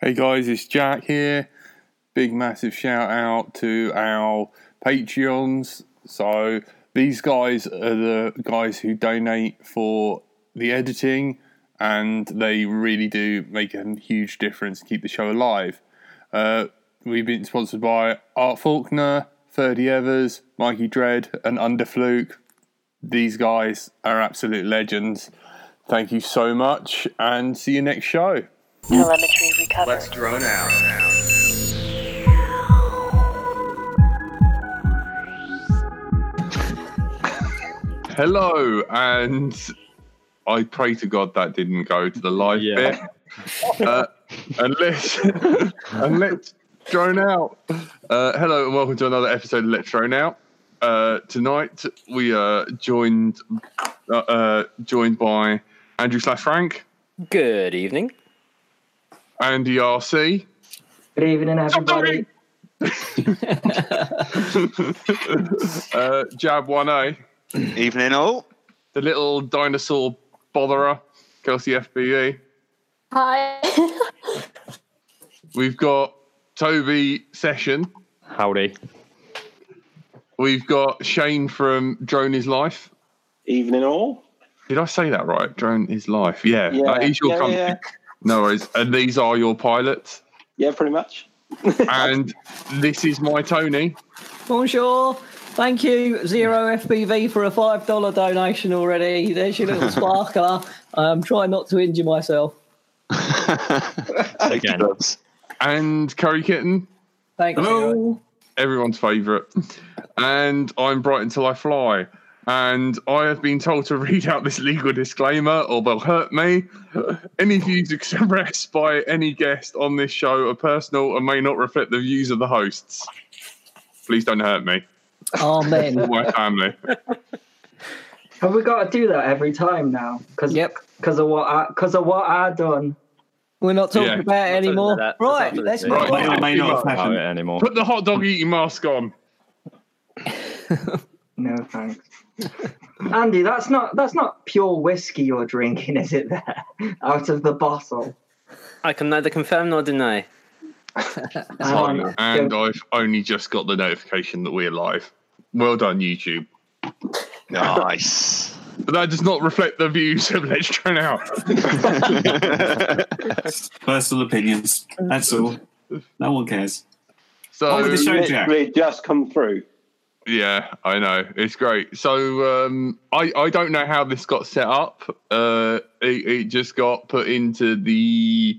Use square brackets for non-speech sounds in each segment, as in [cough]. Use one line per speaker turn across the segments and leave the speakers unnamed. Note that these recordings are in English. Hey guys, it's Jack here. Big massive shout out to our Patreons. So these guys are the guys who donate for the editing and they really do make a huge difference to keep the show alive. Uh, we've been sponsored by Art Faulkner, 30 Evers, Mikey Dredd, and Underfluke. These guys are absolute legends. Thank you so much and see you next show.
Telemetry recovered.
Let's drone out.
Hello, and I pray to God that didn't go to the live
Yeah.
bit. Uh, unless, unless drone out. Uh, hello, and welcome to another episode of Let's Drone Out. Uh, tonight we are joined uh, uh, joined by Andrew slash Frank,
Good evening.
Andy RC,
Good evening, everybody.
[laughs] uh, Jab One A,
Evening all.
the little dinosaur botherer, Kelsey E. FBE.
Hi.
We've got Toby Session.
Howdy.
We've got Shane from Drone Is Life.
Evening all.
Did I say that right? Drone Is Life. Yeah,
Yeah,
that is your
yeah,
company.
yeah.
No worries. And these are your pilots.
Yeah, pretty much. [laughs]
And this is my Tony.
Bonjour. Thank you, Zero FBV, for a $5 donation already. There's your
[laughs]
little sparkler. Um, try not to injure myself.
Safety
Again.
gloves.
And Curry Kitten,
Thank you.
everyone's favourite. And I'm Bright Until I Fly. And I have been told to [laughs] read out this legal disclaimer or they'll hurt me. Any views expressed by any guest on this show are personal and may not reflect the views of the hosts. Please don't hurt me.
Amen.
my family.
Have we got to do that every time now? Because yep. Because of what I because of what I done. We're not talking
Yeah.
about it anymore.
That- that's
Right,
absolutely
let's
it.
move
Right.
on.
May or may not have
How it
happened.
anymore?
Put the hot dog eating mask on.
No thanks. Andy, that's not that's not pure whiskey you're drinking, is it? There, [laughs] out of the [laughs] bottle.
I can neither confirm nor deny.
Um,
and I've only just got the notification that we're live. Well done, YouTube.
Nice.
[laughs] But that does not reflect the views of Let's Turn Out.
Personal opinions. That's all. No one cares.
So,
the show, Jack.
Literally just come through.
yeah, I know. It's great. So, um, I, I don't know how this got set up. Uh, it, it just got put into the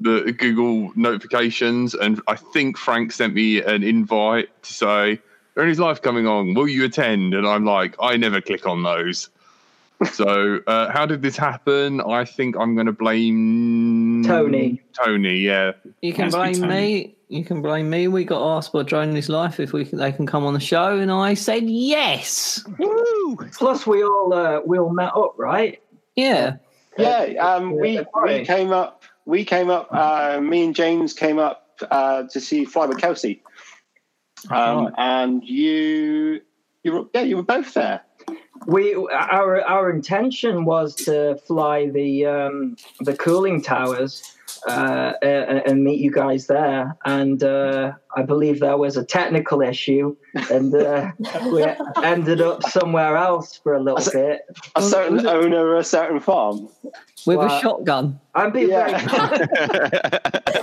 the Google notifications, and I think Frank sent me an invite to say, "There is life coming on. Will you attend?" And I'm like, I never click on those. so, uh, how did this happen? I think I'm going to blame
Tony.
Tony, yeah,
You can
Has been
blame me. You can blame me. We got asked by Drone His Life if we can, they can come on the show, and I said yes.
Plus, we all uh, we all met up, right?
Yeah,
Yeah, um, we, we came up. We came up. Uh, me and James came up uh, to see Fly with Kelsey, um, and you, you were yeah, you were both there.
We our our intention was to fly the um, the cooling towers uh, uh, and meet you guys there, and uh, I believe there was a technical issue, and uh, we ended up somewhere else for a little bit.
A certain owner, of a certain farm.
with
Wow.
a shotgun.
I'm being
Yeah.
very,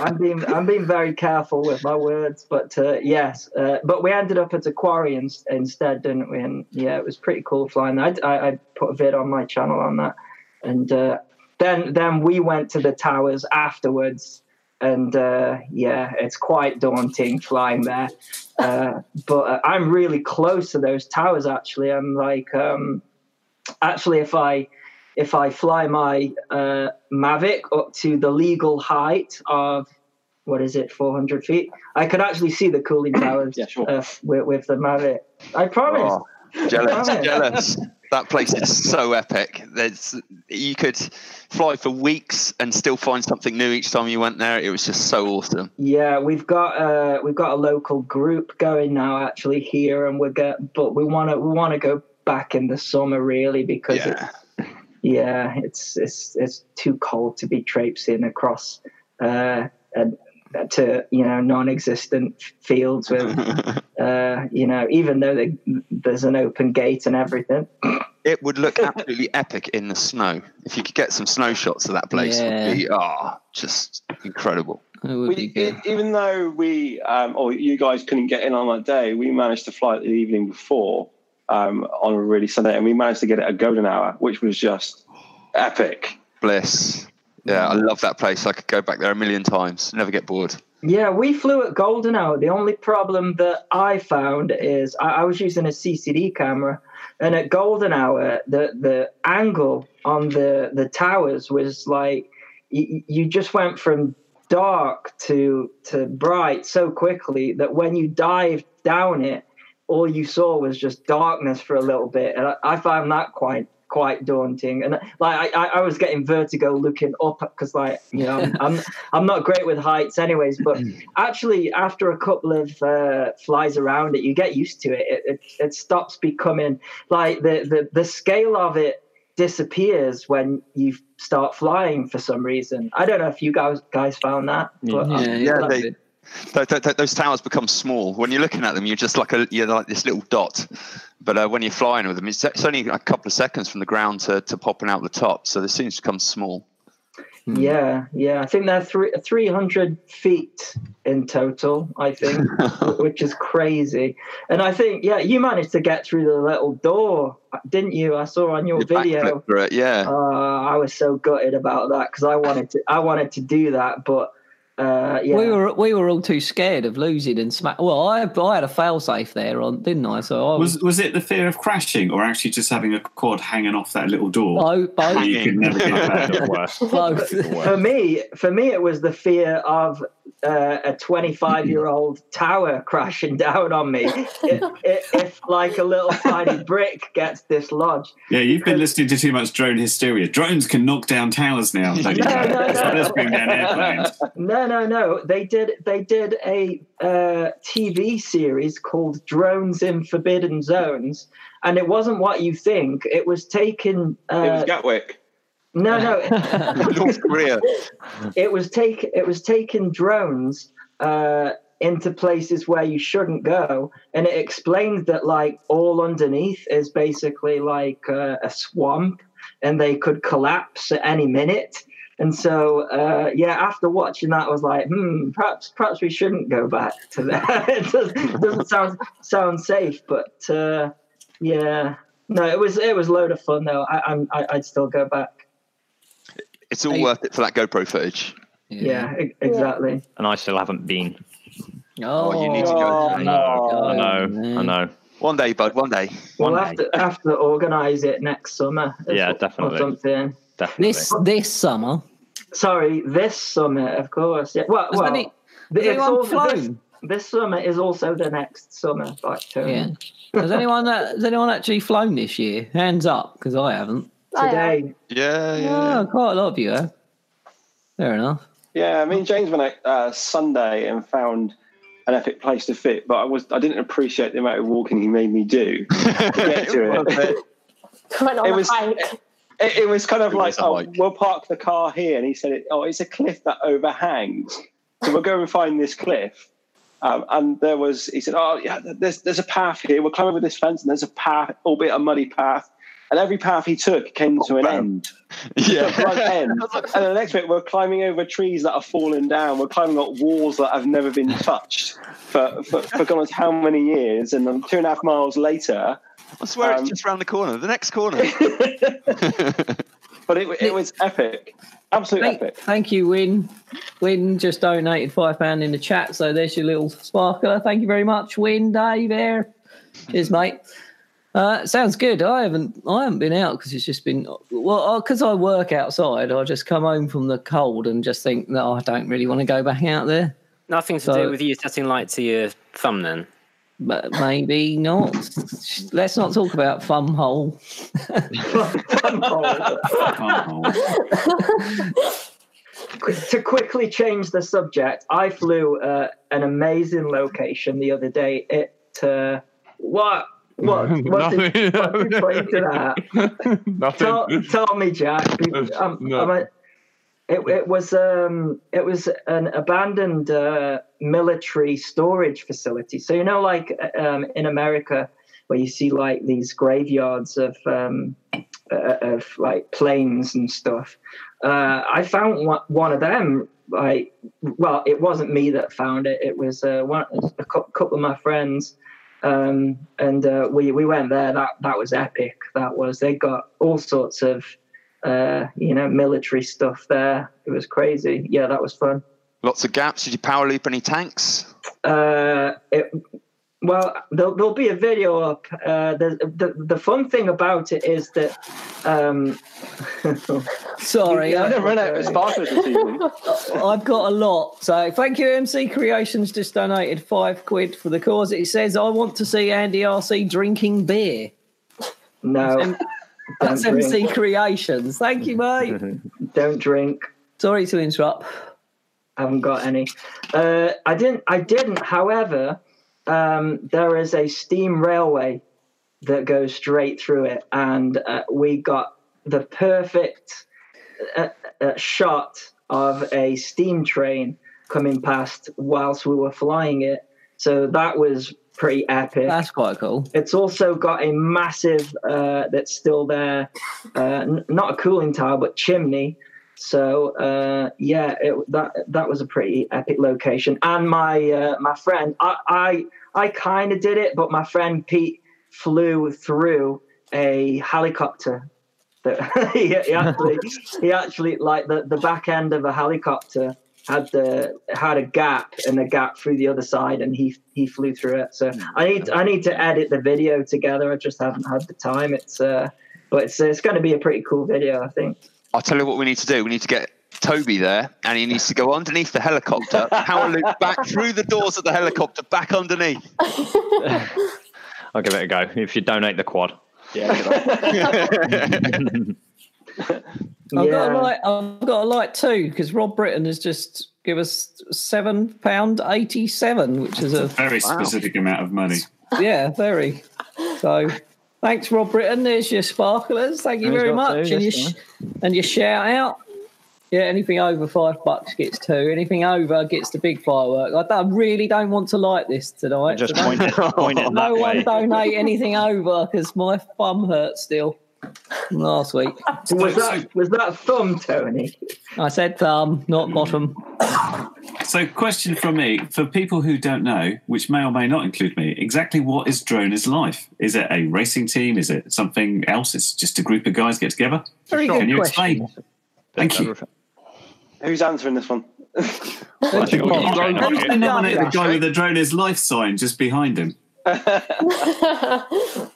[laughs]
I'm being I'm being very careful with my words, but uh, yes, uh, but we ended up at a quarry in, instead, didn't we? And yeah, it was pretty cool flying. I, I, I put a vid on my channel on that, and uh, then then we went to the towers afterwards, and uh, yeah, it's quite daunting flying there. Uh, but uh, I'm really close to those towers. Actually, I'm like um, actually if I if I fly my uh, Mavic up to the legal height of what is it, 400 feet, I could actually see the cooling towers
[coughs] Yeah, sure.
uh, f- with, with the Mavic. I promise.
Oh, jealous,
Love it.
jealous. That place is so epic. There's you could fly for weeks and still find something new each time you went there. It was just so awesome.
Yeah, we've got uh, we've got a local group going now actually here, and we're get, but we want to we want to go back in the summer really because yeah.
Yeah.
yeah, it's it's it's too cold to be traipsing across uh, an to you know non-existent f- fields with uh, you know even though they, there's an open gate and everything.
It would look absolutely epic in the snow. If you could get some snow shots of that place, it would be ah, just incredible.
It would
We,
be good.
e- even though we um, or you guys couldn't get in on that day, we managed to fly it the evening before um, on a really Sunday, and we managed to get it a golden hour, which was just epic.
Bliss. Yeah, I love that place. I could go back there a million times, never get bored.
Yeah, we flew at golden hour. The only problem that I found is I, I was using a CCD camera, and at golden hour, the the angle on the the towers was like you, you just went from dark to to bright so quickly that when you dived down it, all you saw was just darkness for a little bit, and I, I found that quite quite daunting and like I, I- I was getting vertigo looking up because like you know I'm, I'm I'm not great with heights, anyways. But actually, after a couple of uh, flies around it, you get used to it. It, it, it stops becoming like the, the the scale of it disappears when you start flying for some reason. I don't know if you guys guys found that. But
yeah,
um,
yeah,
yeah, they-
it.
Th- th- th- Those towers become small. When you're looking at them, you're just like a you're like this little dot. But uh, when you're flying with them, it's, it's only a couple of seconds from the ground to, to popping out the top. So they soon become small.
yeah, yeah. I think they're three three hundred feet in total. I think, which is crazy. And I think yeah, you managed to get through the little door, didn't you? I saw on your
You
video.
backflip through it, yeah.
Uh, I was so gutted about that because I wanted to. I wanted to do that, but uh, yeah,
We were we were all too scared of losing and smack. Well, I I had a failsafe there on, didn't I? So I was,
Was was it the fear of crashing, or actually just having a quad hanging off that little door?
bo- bo-
where you could never get back?
[laughs] The
[laughs]
worst.
Both.
The worst.
for me, for me, it was the fear of uh, a 25
[laughs]
year old tower crashing down on me if, if, if like a
[laughs]
little tiny brick gets dislodged.
Yeah, you've been listening to too much drone hysteria. Drones can knock down towers now. don't you?
No, no, no.
Let's bring down airplanes.
[laughs] No, no, no. They did. They did a uh, TV series called Drones in Forbidden Zones, and it wasn't what you think. It was taken.
It was
Uh,
Gatwick.
no, no.
[laughs] North Korea. [laughs]
it was take it was taking drones uh, into places where you shouldn't go, and it explained that like all underneath is basically like uh, a swamp, and they could collapse at any minute. And so, uh, yeah, after watching that, I was like, hmm, perhaps perhaps we shouldn't go back to that. [laughs] it doesn't, doesn't sound sound safe, but uh, yeah. No, it was it was a load of fun though. I, I'm I, I'd still go back.
It's all
Hey.
worth it for that GoPro footage.
Yeah, e- exactly.
and I still haven't been.
Oh,
you need to go.
I know,
Oh,
I know, I
man.
know.
One day, bud. One day.
One
We'll
day.
have to, have to organise it next summer. or
Yeah,
so-
definitely.
Or something.
Definitely.
This this summer,
Sorry, this summer, of course. Yeah. Well,
Has
well
any-
th-
has
it's
anyone
also- this,
flown?
this summer is also the next summer, like
Yeah.
Tony.
has anyone has anyone actually flown this year? Hands up, because I haven't.
I am.
Today,
Yeah, yeah.
Oh, quite a lot of you have. Fair enough.
Yeah, I mean James went out uh, Sunday and found an epic place to fit, but I was I didn't appreciate the amount of walking he made me do.
[laughs]
Get to it.
[laughs] Went on
It
a
was-
hike.
It, it was kind of
It
like,
was a
oh,
hike.
we'll park the car here. And he said, it- oh, it's a cliff that overhangs. So we'll go and find this cliff. Um, and there was, he said, oh, yeah, there's, there's a path here. We'll climb over this fence and there's a path, albeit a muddy path. And every path he took came to an
bam. [laughs]
end. A blunt
yeah.
end. And the next bit, we're climbing over trees that are fallen down. We're climbing up walls that have never been touched for, for, for God knows how many years. And then two and a half miles later,
I swear
Um,
it's just round the corner, the next corner.
[laughs] but it, it was epic. Absolute
Thank,
epic.
thank you, Win. Win just donated five pound in the chat, so there's your little sparkler. Thank you very much, Win, Dave. There, cheers, mate. Uh, sounds good. I haven't I haven't been out because it's just been well because I work outside. I just come home from the cold and just think that I don't really want to go back out there.
Nothing to
So-
do with you setting light to your thumb then.
But maybe not. Let's not talk
[laughs]
about Fumhole.
[laughs] Oh,
Qu- to quickly change the subject, I flew uh, an amazing location the other day. It uh, what
[laughs]
what what's
Nothing.
it, what's it played to that?
Nothing.
Tell, tell me, Jack. I'm,
No.
I'm a- um, It, it was um, it was an abandoned uh, military storage facility. So you know, like uh, um, in America, where you see like these graveyards of um, uh, of like planes and stuff. Uh, I found one, one of them. Like, well, it wasn't me that found it. It was uh, one a cou- couple of my friends, um, and uh, we we went there. That that was epic. That was they got all sorts of uh, you know military stuff there. It was crazy. Yeah, that was fun.
Lots of gaps. Did you power loop any tanks?
Uh, it, well, there'll, there'll be a video up. Uh, the, the the fun thing about it is that um, [laughs]
Sorry,
I
I,
never run out of sparklers this evening.
I've got a lot. So thank you, MC Creations. Just donated five quid for the cause. It says, "I want to see Andy RC drinking beer."
no,
And that's
Don't drink.
MC Creations. Thank you, mate.
[laughs] don't drink.
Sorry to interrupt.
I haven't got any. Uh, I didn't. I didn't. However, um, there is a steam railway that goes straight through it, and uh, we got the perfect uh, uh, shot of a steam train coming past whilst we were flying it. So that was pretty epic.
That's quite cool.
It's also got a massive uh, that's still there, uh, n- not a cooling tower but chimney. So uh, yeah, it, that that was a pretty epic location. And my uh, my friend, I I, I kind of did it, but my friend Pete flew through a helicopter. That [laughs] he, he actually he actually like the, the back end of a helicopter had the had a gap and a gap through the other side and he he flew through it so i need i need to edit the video together i just haven't had the time it's uh but it's it's going to be a pretty cool video i think
I'll tell you what we need to do. We need to get Toby there, and he needs to go underneath the helicopter, power loop
[laughs]
back through the doors of the helicopter, back underneath.
I'll give it a go. If you donate the quad,
[laughs]
I've got
yeah
a light. I've got a light too because Rob Britton has just give us seven pound eighty-seven, which is a
Very specific amount of money.
yeah, very. So thanks, Rob Britton. There's your sparklers. Thank you
He's
very
got two,
much, and your
that's
sh- and your shout out. Yeah, anything over five bucks gets two. Anything over gets the big firework. I, don't- really don't want to light this tonight.
just point it, point it that
[laughs] no one
way.
donate anything over because my thumb hurts still. from Last week,
was that was that thumb tony
I said thumb, not bottom.
So, question from me for people who don't know, which may or may not include me, exactly what is Drone is Life? Is it a racing team? Is it something else? It's just a group of guys get together.
Very good
Can you
question.
explain? Thank you.
Who's answering this one?
I think we'll just train on
Why
it.
did they nominate the guy with the drone is life sign just behind him?
[laughs]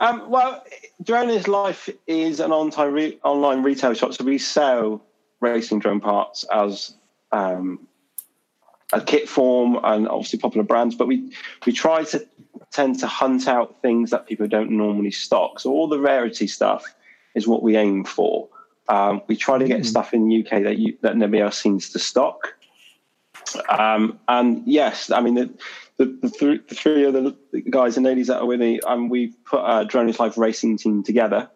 Um, well, Drone's Life is an on-time re- online retail shop, so we sell racing drone parts as um, a kit form and obviously popular brands. But we we try to tend to hunt out things that people don't normally stock. So all the rarity stuff is what we aim for. Um, we try to get stuff in the UK that you, that nobody else seems to stock. Um, and yes, I mean the the, the, three, the three other guys and ladies that are with me, um, we put a Drone is Life racing team together.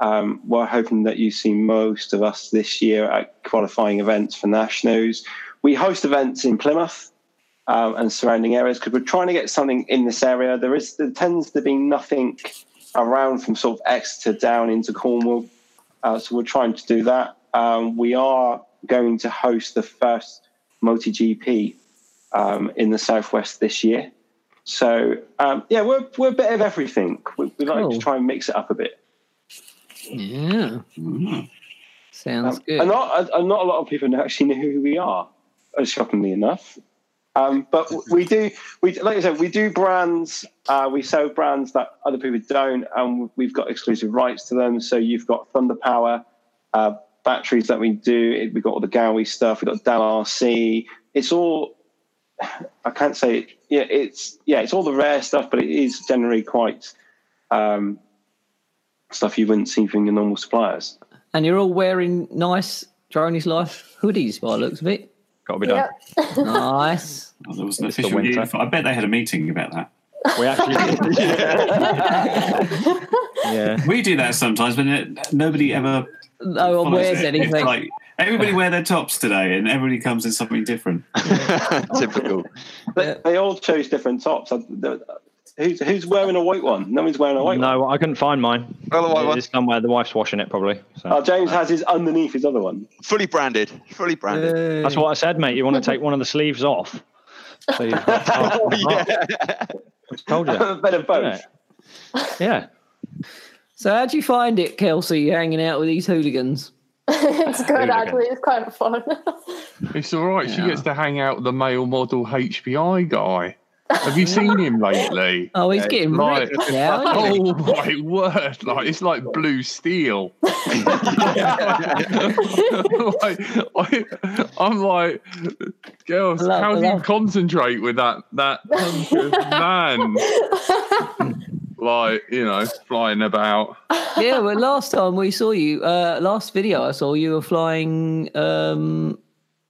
Um, we're hoping that you see most of us this year at qualifying events for nationals. We host events in Plymouth um, and surrounding areas because we're trying to get something in this area. There is there tends to be nothing around from sort of Exeter down into Cornwall, uh, so we're trying to do that. Um, we are going to host the first multi GP um, in the southwest this year. So um, yeah, we're we're a bit of everything. We, we like
Cool.
to try and mix it up a bit.
Yeah, Hmm. sounds
Um,
good.
And not and not a lot of people know- actually know who we are, uh, shockingly enough. Um, but w- we do we like I said we do brands. Uh, we sell brands that other people don't, and we've got exclusive rights to them. So you've got Thunder Power uh, batteries that we do. We've got all the Gowie stuff. We've got Dal RC. It's all [sighs] I can't say. Yeah, it's yeah, it's all the rare stuff, but it is generally quite um, stuff you wouldn't see from your normal suppliers.
And you're all wearing nice Droney's Life hoodies by the looks of it.
Got to be done.
Nice.
Oh, there was an
It's the
official
winter. [laughs]
[laughs]
uniform. I bet they had a meeting about that.
We actually, yeah.
We do that sometimes, but it, nobody ever
No one
follows
wears
it. It's
anything.
like, everybody wear their tops today, and everybody comes in something different.
[laughs]
Typical.
They all chose different tops. I- the- Who's who's wearing a white one? No one's wearing a white one.
[laughs] No, I couldn't find mine.
Well, the white one.
It's somewhere. The wife's washing it probably. So.
Oh, James has his underneath his other one.
Fully branded. Fully branded.
That's what I said, mate. You want to take one of the sleeves off. So you've got
[laughs]
oh,
yeah.
told you.
A bit of both.
Yeah. Yeah.
So how do you find it, Kelsey, hanging out with
[laughs]
these hooligans?
[laughs] it's
Hooligan.
good actually. It's kind of fun. [laughs]
It's all right. She gets to hang out with the male model HBI guy. Have you seen him lately?
Oh, he's
Yeah,
getting
right.
ripped now. isn't he?
Oh my word! Like it's like blue steel. like, I, I'm like, girls,
Love,
how do you
love.
concentrate with that that hunk of man? Like you know, flying about.
yeah, well, last time we saw you, uh, last video I saw you were flying um,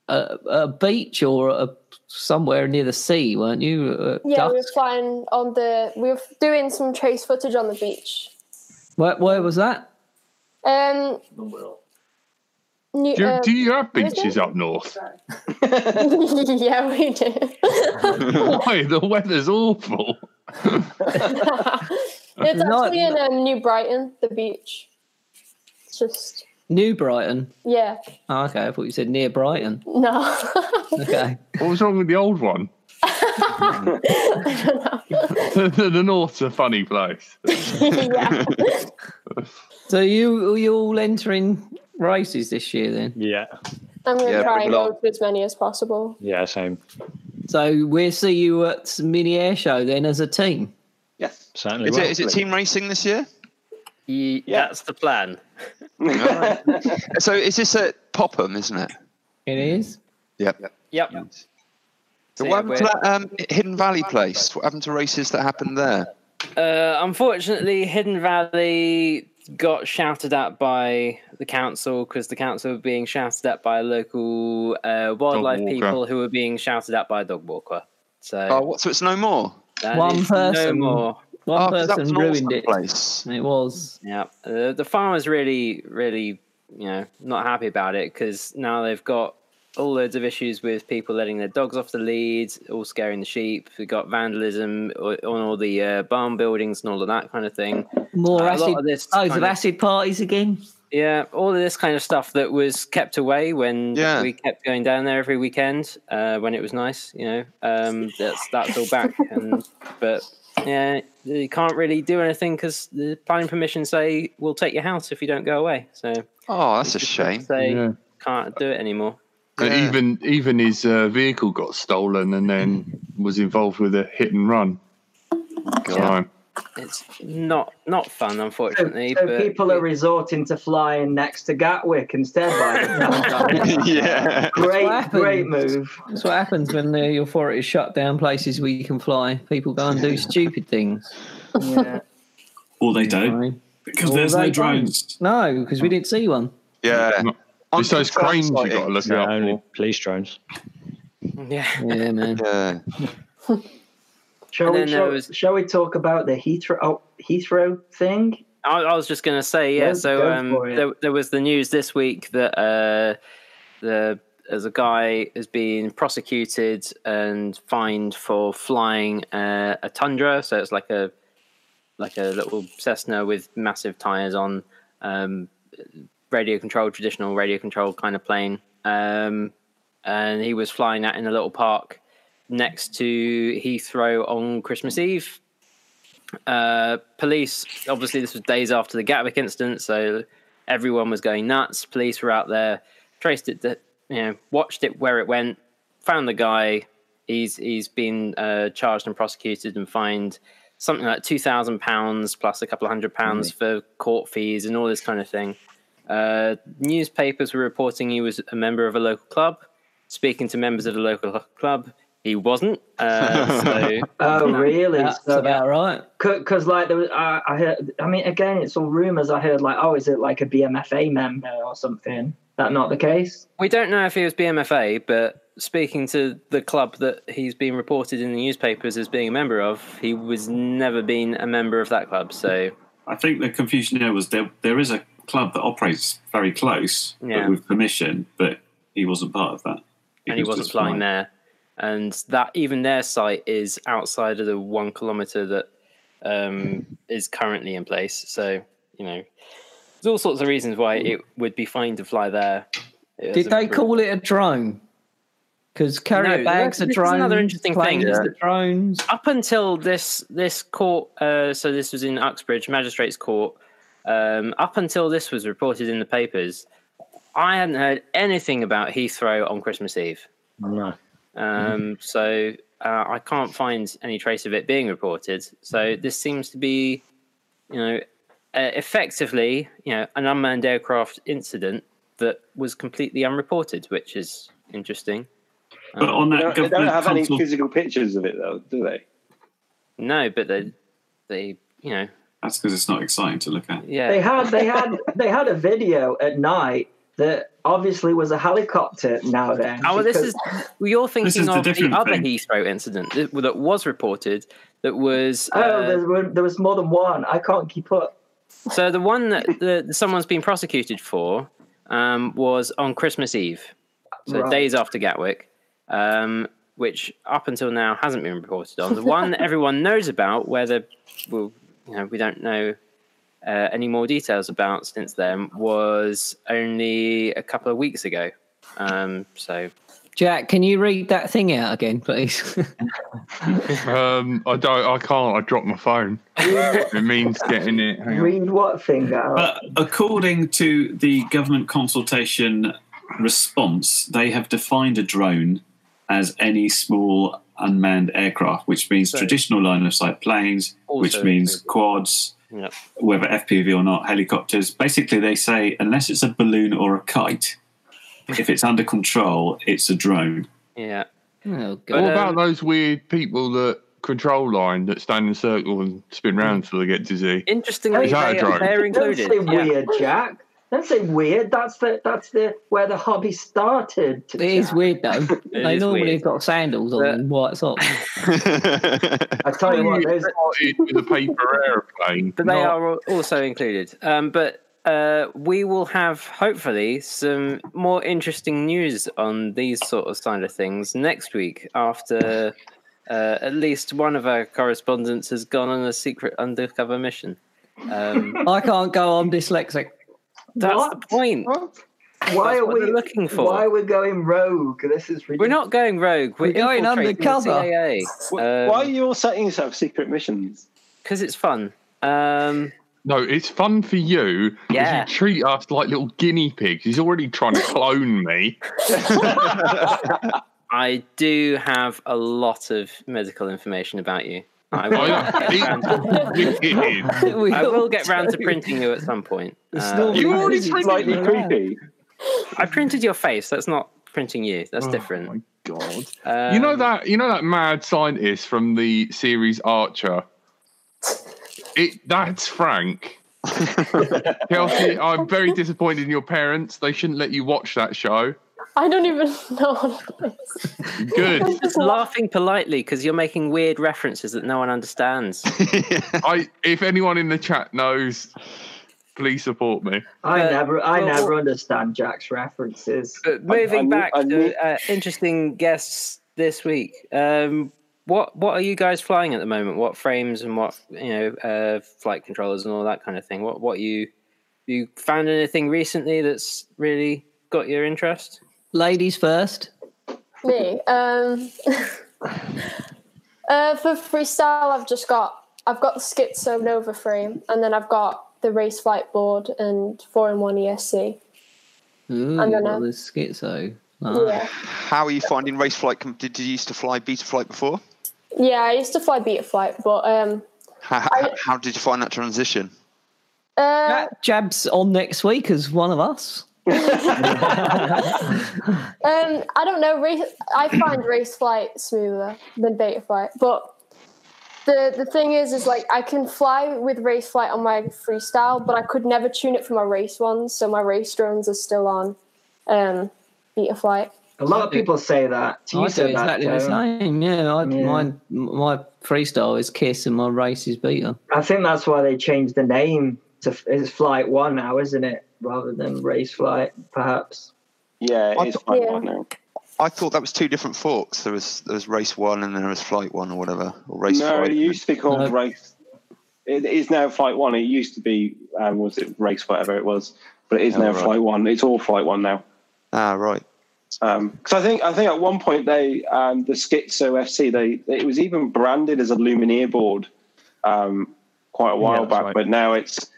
a, a beach or a, somewhere near the sea, weren't you? Uh,
yeah, we were
ducks?
flying on the. We were doing some trace footage on the beach.
Where, where was that?
Um, New,
Do,
uh,
do you have
was
beaches up north?
[laughs] yeah, we
[laughs]
do.
Why the weather's awful. [laughs]
it's
No,
actually in um, New Brighton, the beach. It's just
New Brighton.
yeah, [laughs]
Oh, okay, I thought you said near Brighton.
no.
Okay.
What was wrong with the old one? the, the, the north's a funny place.
[laughs]
yeah.
so you you all entering races this year then?
Yeah.
I'm gonna
Yeah,
try
bring
and
it on.
go to as many as possible.
Yeah. Same.
So we'll see you at Mini Air Show then as a team.
Yes.
Certainly.
Is
will.
it, is it team racing this year?
Ye-
Yeah.
That's the plan.
[laughs] So is this at Popham, isn't it?
It is.
Yep.
Yep.
So
So,
what
yeah,
happened to
we're-
that um, Hidden Valley place? What happened to races that happened there?
Uh, unfortunately, Hidden Valley got shouted at by the council because the council were being shouted at by local uh, wildlife
walker.
people who were being shouted at by a dog walker. So
Oh, what? So it's no more.
that
One
is
person.
no more.
One
oh, 'cause that was
person
an
ruined
awesome
it.
Place.
It was.
Yeah, uh, the farmers really, really, you know, not happy about it because now they've got all loads of issues with people letting their dogs off the leads, all scaring the sheep. We've got vandalism o- on all the uh, barn buildings and all of that kind of thing.
More
Uh, a lot
acid.
of this
Loads of
kind of-
acid parties again.
[laughs]
Yeah, all of this kind of stuff that was kept away when
Yeah.
we kept going down there every weekend uh, when it was nice. You know, um, that's that's all
[laughs]
back. And but yeah, you can't really do anything because the planning permission say we'll take your house if you don't go away. So
Oh, that's a shame.
they
Yeah.
can't do it anymore.
And
Yeah.
Even even his uh, vehicle got stolen and then was involved with a hit and run. So,
It's not not fun,
So,
unfortunately.
so
but
[laughs] people are resorting to flying next to Gatwick instead. By the sounds of it.
yeah.
what
great,
happened.
great move.
That's what happens when the authorities shut down places where you can fly. People
[laughs]
go and do stupid things.
Yeah.
Or they
I
don't,
mean,
because
Or
there's
they
no
don't.
drones.
No, because we didn't see one.
Yeah.
No.
On
it's those
confirmed
cranes you got to
sightings.
look
No,
out
only
for.
police drones.
yeah.
Yeah, man.
Yeah.
Shall
And
we,
then there
shall,
was-
shall we talk about the Heathrow, oh, Heathrow thing?
I, I was just going to say, yeah.
Go-
so
go
um,
for it.
there, there was the news this week that uh, the as a guy has been prosecuted and fined for flying uh, a Tundra, so it's like a like a little Cessna with massive tires on, um, radio controlled, traditional radio controlled kind of plane, um, and he was flying that in a little park next to Heathrow on Christmas Eve uh, police obviously this was days after the Gatwick incident, so everyone was going nuts. Police were out there, traced it, that you know, watched it where it went, found the guy. He's he's been uh, charged and prosecuted and fined something like two thousand pounds plus a couple of hundred pounds for court fees and all this kind of thing. Uh, newspapers were reporting he was a member of a local club. Speaking to members of the local club, he wasn't.
[laughs]
Uh, so
Oh, really?
That's
So-
about right.
because like there was, I, I heard. I mean, again, it's all rumors. I heard like, oh, is it like a BMFA member or something? That not the case?
We don't know if he was BMFA, but speaking to the club that he's been reported in the newspapers as being a member of, he was never been a member of that club. So
I think the confusion there was there there is a club that operates very close,
Yeah.
but with permission, but he wasn't part of that.
and he
was
wasn't
just
flying there. And that even their site is outside of the one kilometer that um, is currently in place. So you know, there's all sorts of reasons why it would be fine to fly there. It
Did they
doesn't-
call it a drone? Because carrier
No,
bags are
that's-
drones.
that's Another interesting thing.
planes
is
are
that
drones.
Up until this this court, uh, so this was in Uxbridge Magistrates Court. Um, up until this was reported in the papers, I hadn't heard anything about Heathrow on Christmas Eve.
No.
Um, so uh, I can't find any trace of it being reported. So this seems to be, you know, uh, effectively, you know, an unmanned aircraft incident that was completely unreported, which is interesting.
But on that They don't- they don't government have any consult- physical
pictures of it, though, do they? No, but they, they, you know,
That's because it's not exciting to look at.
yeah,
They had
[laughs]
they had they had a video at night that obviously was a helicopter. Now then,
Oh, well, this
because-
is well, you're
This is
thinking
the
of the
different
other
thing.
Heathrow incident that, that was reported. That was
oh,
uh,
there, were, there was more than one. I can't keep up.
So the one that the, someone's been prosecuted for um, was on Christmas Eve, so
Right.
days after Gatwick, um, which up until now hasn't been reported on. The one that everyone knows about, where the well, you know, we don't know uh, any more details about since then, was only a couple of weeks ago. Um, so [laughs]
Jack, can you read that thing out again, please?
um, I don't. I can't. I dropped my phone.
[laughs]
it means getting it. Hang on.
Read what finger?
But according to the government consultation response, they have defined a drone as any small unmanned aircraft, which means
So-
traditional line of sight planes, which
Also
means quads,
Yep.
whether FPV or not, helicopters. Basically, they say unless it's a balloon or a kite, if it's under control, it's a drone.
yeah. Oh,
What about those weird people that control line that stand in a circle and spin
Mm.
round till they get to Z?
Interestingly,
Is that a
they-
drone?
they're included.
Don't say
yeah.
weird, Jack. Don't say weird. That's the that's the where the hobby started. It
is weird though. they
is
normally
weird.
have got sandals on and
[laughs]
white socks.
I
tell you what, those
with a paper airplane.
But they are al- also included. Um, but uh, we will have hopefully some more interesting news on these sort of side of things next week after uh, at least one of our correspondents has gone on a secret undercover mission. Um,
I can't go. I'm dyslexic.
that's the point.
Why
That's
are
what
we
they're looking for.
Why we're going rogue? This is ridiculous.
We're not going rogue. We're,
We're going
infiltrating the
undercover.
CIA.
Why are
Um,
you all setting yourself secret missions?
Because it's fun. Um,
no, it's fun for you. 'cause
Yeah.
You treat us like little guinea pigs. He's already
[laughs]
trying to clone [laughs] me.
I do have a lot of medical information about you. I
Oh, yeah.
will, get round to, [laughs]
We
I will
all
get round to
do.
printing you at some point. Uh,
It's not You already because it's printed slightly me. creepy.
I printed your face. That's not printing you. That's different. Uh, my
Oh, god! you know that you know that mad scientist from the series Archer. It that's Frank. Kelsey, I'm very disappointed in your parents. They shouldn't let you watch that show.
[laughs] I don't even [laughs] know what it is. [laughs]
Good.
Just laughing politely because you're making weird references that no one understands.
I if anyone in the chat knows, please support me.
I
Uh,
never, I
well-
never understand Jack's references.
But Moving back to uh, interesting guests this week. Um, what what are you guys flying at the moment? What frames and what you know uh, flight controllers and all that kind of thing? What what you you found anything recently that's really got your interest?
Ladies first.
Me. Um, [laughs] uh, for freestyle, I've just got I've got the Schizo Nova frame, and then I've got the Race Flight board and four in one E ESC.
Ooh,
I
what
don't know.
the schizo.
Yeah.
How are you finding race flight? com- Did did you used to fly beta flight before?
Yeah, I used to fly Beta Flight, but um,
How, how did you find that transition?
uh,
Jab's on next week as one of us.
um, I don't know. Race, I find Race Flight smoother than Beta Flight, but the the thing is, is like I can fly with Race Flight on my freestyle, but I could never tune it for my race ones, so my race drones are still on um, Beta Flight.
A lot of people say that. You
I do
said that,
exactly the
Joe.
same. Yeah, I,
Yeah.
mine my freestyle is Kiss and my race is Beater.
I think that's why they changed the name to it's Flight One now, isn't it? Rather than Race Flight, perhaps.
Yeah,
I, th-
Flight
Yeah.
One now.
I thought that was two different forks. There was there was race one and then there was flight one or whatever or race
No,
flight.
it used to be called
No.
Race. It is now Flight One. It used to be, um, was it Race, whatever it was, but it is
Oh,
now
right.
Flight One. It's all Flight One now.
Ah, right.
Because I think I think at one point they um, the Schizo FC they, it was even branded as a Lumineer board um, quite a while
that's
back,
right.
but now it's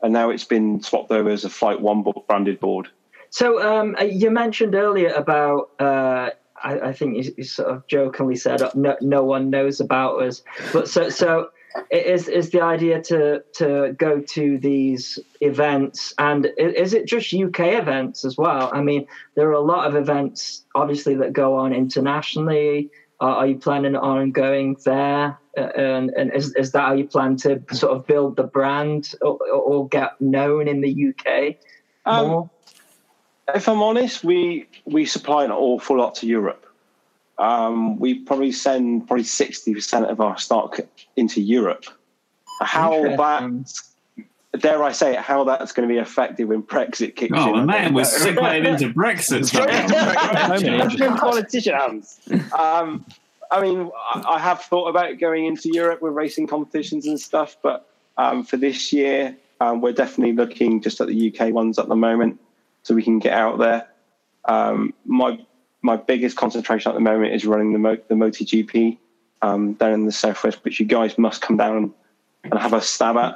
and now it's been swapped over as a Flight One bo- branded board.
So um, you mentioned earlier about uh, I, I think you, you sort of jokingly said uh, no, no one knows about us, but so so it is is the idea to to go to these events and i- is it just UK events as well? I mean, there are a lot of events obviously that go on internationally. Uh, Are are you planning on going there? Uh, And, and is, is that how you plan to sort of build the brand or, or get known in the UK
Um,
more?
if I'm honest, we we supply an awful lot to Europe. Um, we probably send probably sixty percent of our stock into Europe. How
Interesting.
that dare I say it, how that's going to be affected when Brexit kicks in?
Oh,
I
and man,
don't [laughs]
we're
know.
segueing [laughs] into Brexit. now.
European politicians. Um, I mean, I I have thought about going into Europe with racing competitions and stuff, but um, for this year, um, we're definitely looking just at the UK ones at the moment, so we can get out there. Um, my my biggest concentration at the moment is running the Mo- the MotoGP um, down in the southwest, which you guys must come down and have a stab at.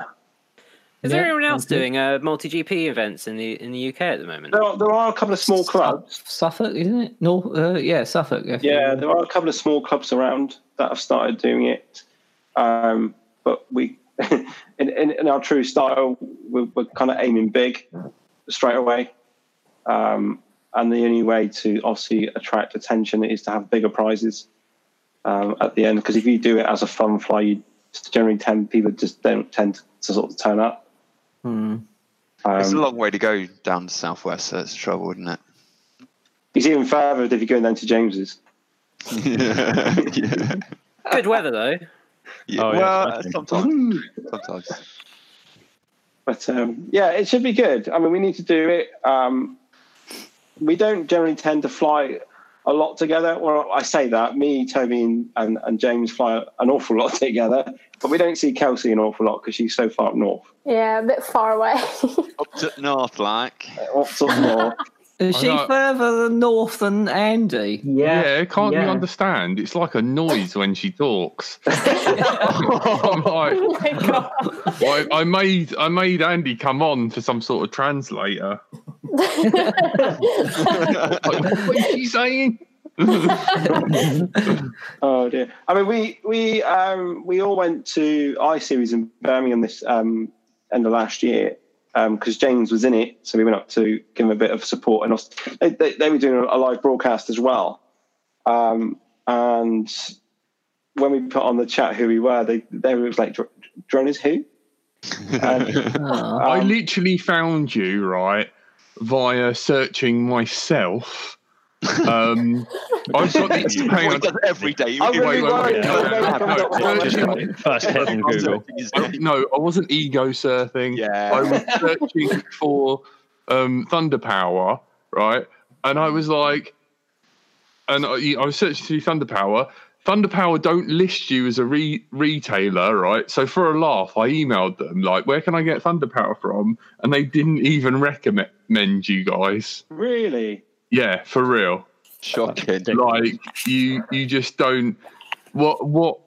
Is
Yeah,
there anyone else
that's it.
doing uh, multi GP events in the in the UK at the moment?
There are, there are a couple of small clubs.
Suffolk, isn't it? No, uh, yeah, Suffolk.
Yeah, there are a couple of small clubs around that have started doing it, um, but we, [laughs] in, in, in our true style, we're, we're kind of aiming big straight away. Um, and the only way to obviously attract attention is to have bigger prizes um, at the end. Because if you do it as a fun fly, you generally tend people just don't tend to sort of turn up.
Hmm.
it's a
Um,
long way to go down to southwest. So that's the trouble, isn't it?
it's even further if you're going down to James's.
[laughs] yeah. [laughs] yeah.
Good weather though.
Oh, yeah,
well,
especially.
sometimes. Sometimes.
But um, yeah, it should be good. I mean, we need to do it. Um, we don't generally tend to fly a lot together. Well, I say that me, Toby, and, and, and James fly an awful lot [laughs] together, but we don't see Kelsey an awful lot because she's so far up north.
Yeah, a bit far away.
Up to north, like.
What's Uh, up north?
Is she
I know.
further north than Andy?
Yeah.
Yeah, can't you
[laughs]
yeah.
understand? It's like a noise when she talks. I'm like,
oh my god.
I, I made I made Andy come on for some sort of translator. Like, what is she saying? [laughs]
Oh dear. I mean, we we um, we all went to I Series in Birmingham this um, end of last year because James was in it, so we went up to give him a bit of support, and also, they, they, they were doing a live broadcast as well. Um, and when we put on the chat who we were, they they were like "Dr- droners who? And,
Oh,
I
um,
literally found you right via searching myself. Um, I've got the hang
Well,
on.
he does it every day. He-
I'm
he-
really
wait,
worried.
wait, wait.
I'm very
No, no,
worried
no,
about
no,
that.
no.
First hit on Google.
I- [laughs] no, I wasn't ego surfing.
Oh. Yeah.
I was
[laughs]
searching for um, Thunder Power, right? And I was like, and I, I was searching through Thunder Power. Thunder Power don't list you as a re- retailer, right? So for a laugh, I emailed them like, "Where can I get Thunder Power from?" And they didn't even recommend you guys.
Really?
Yeah, for real
Shocking.
like you you just don't what what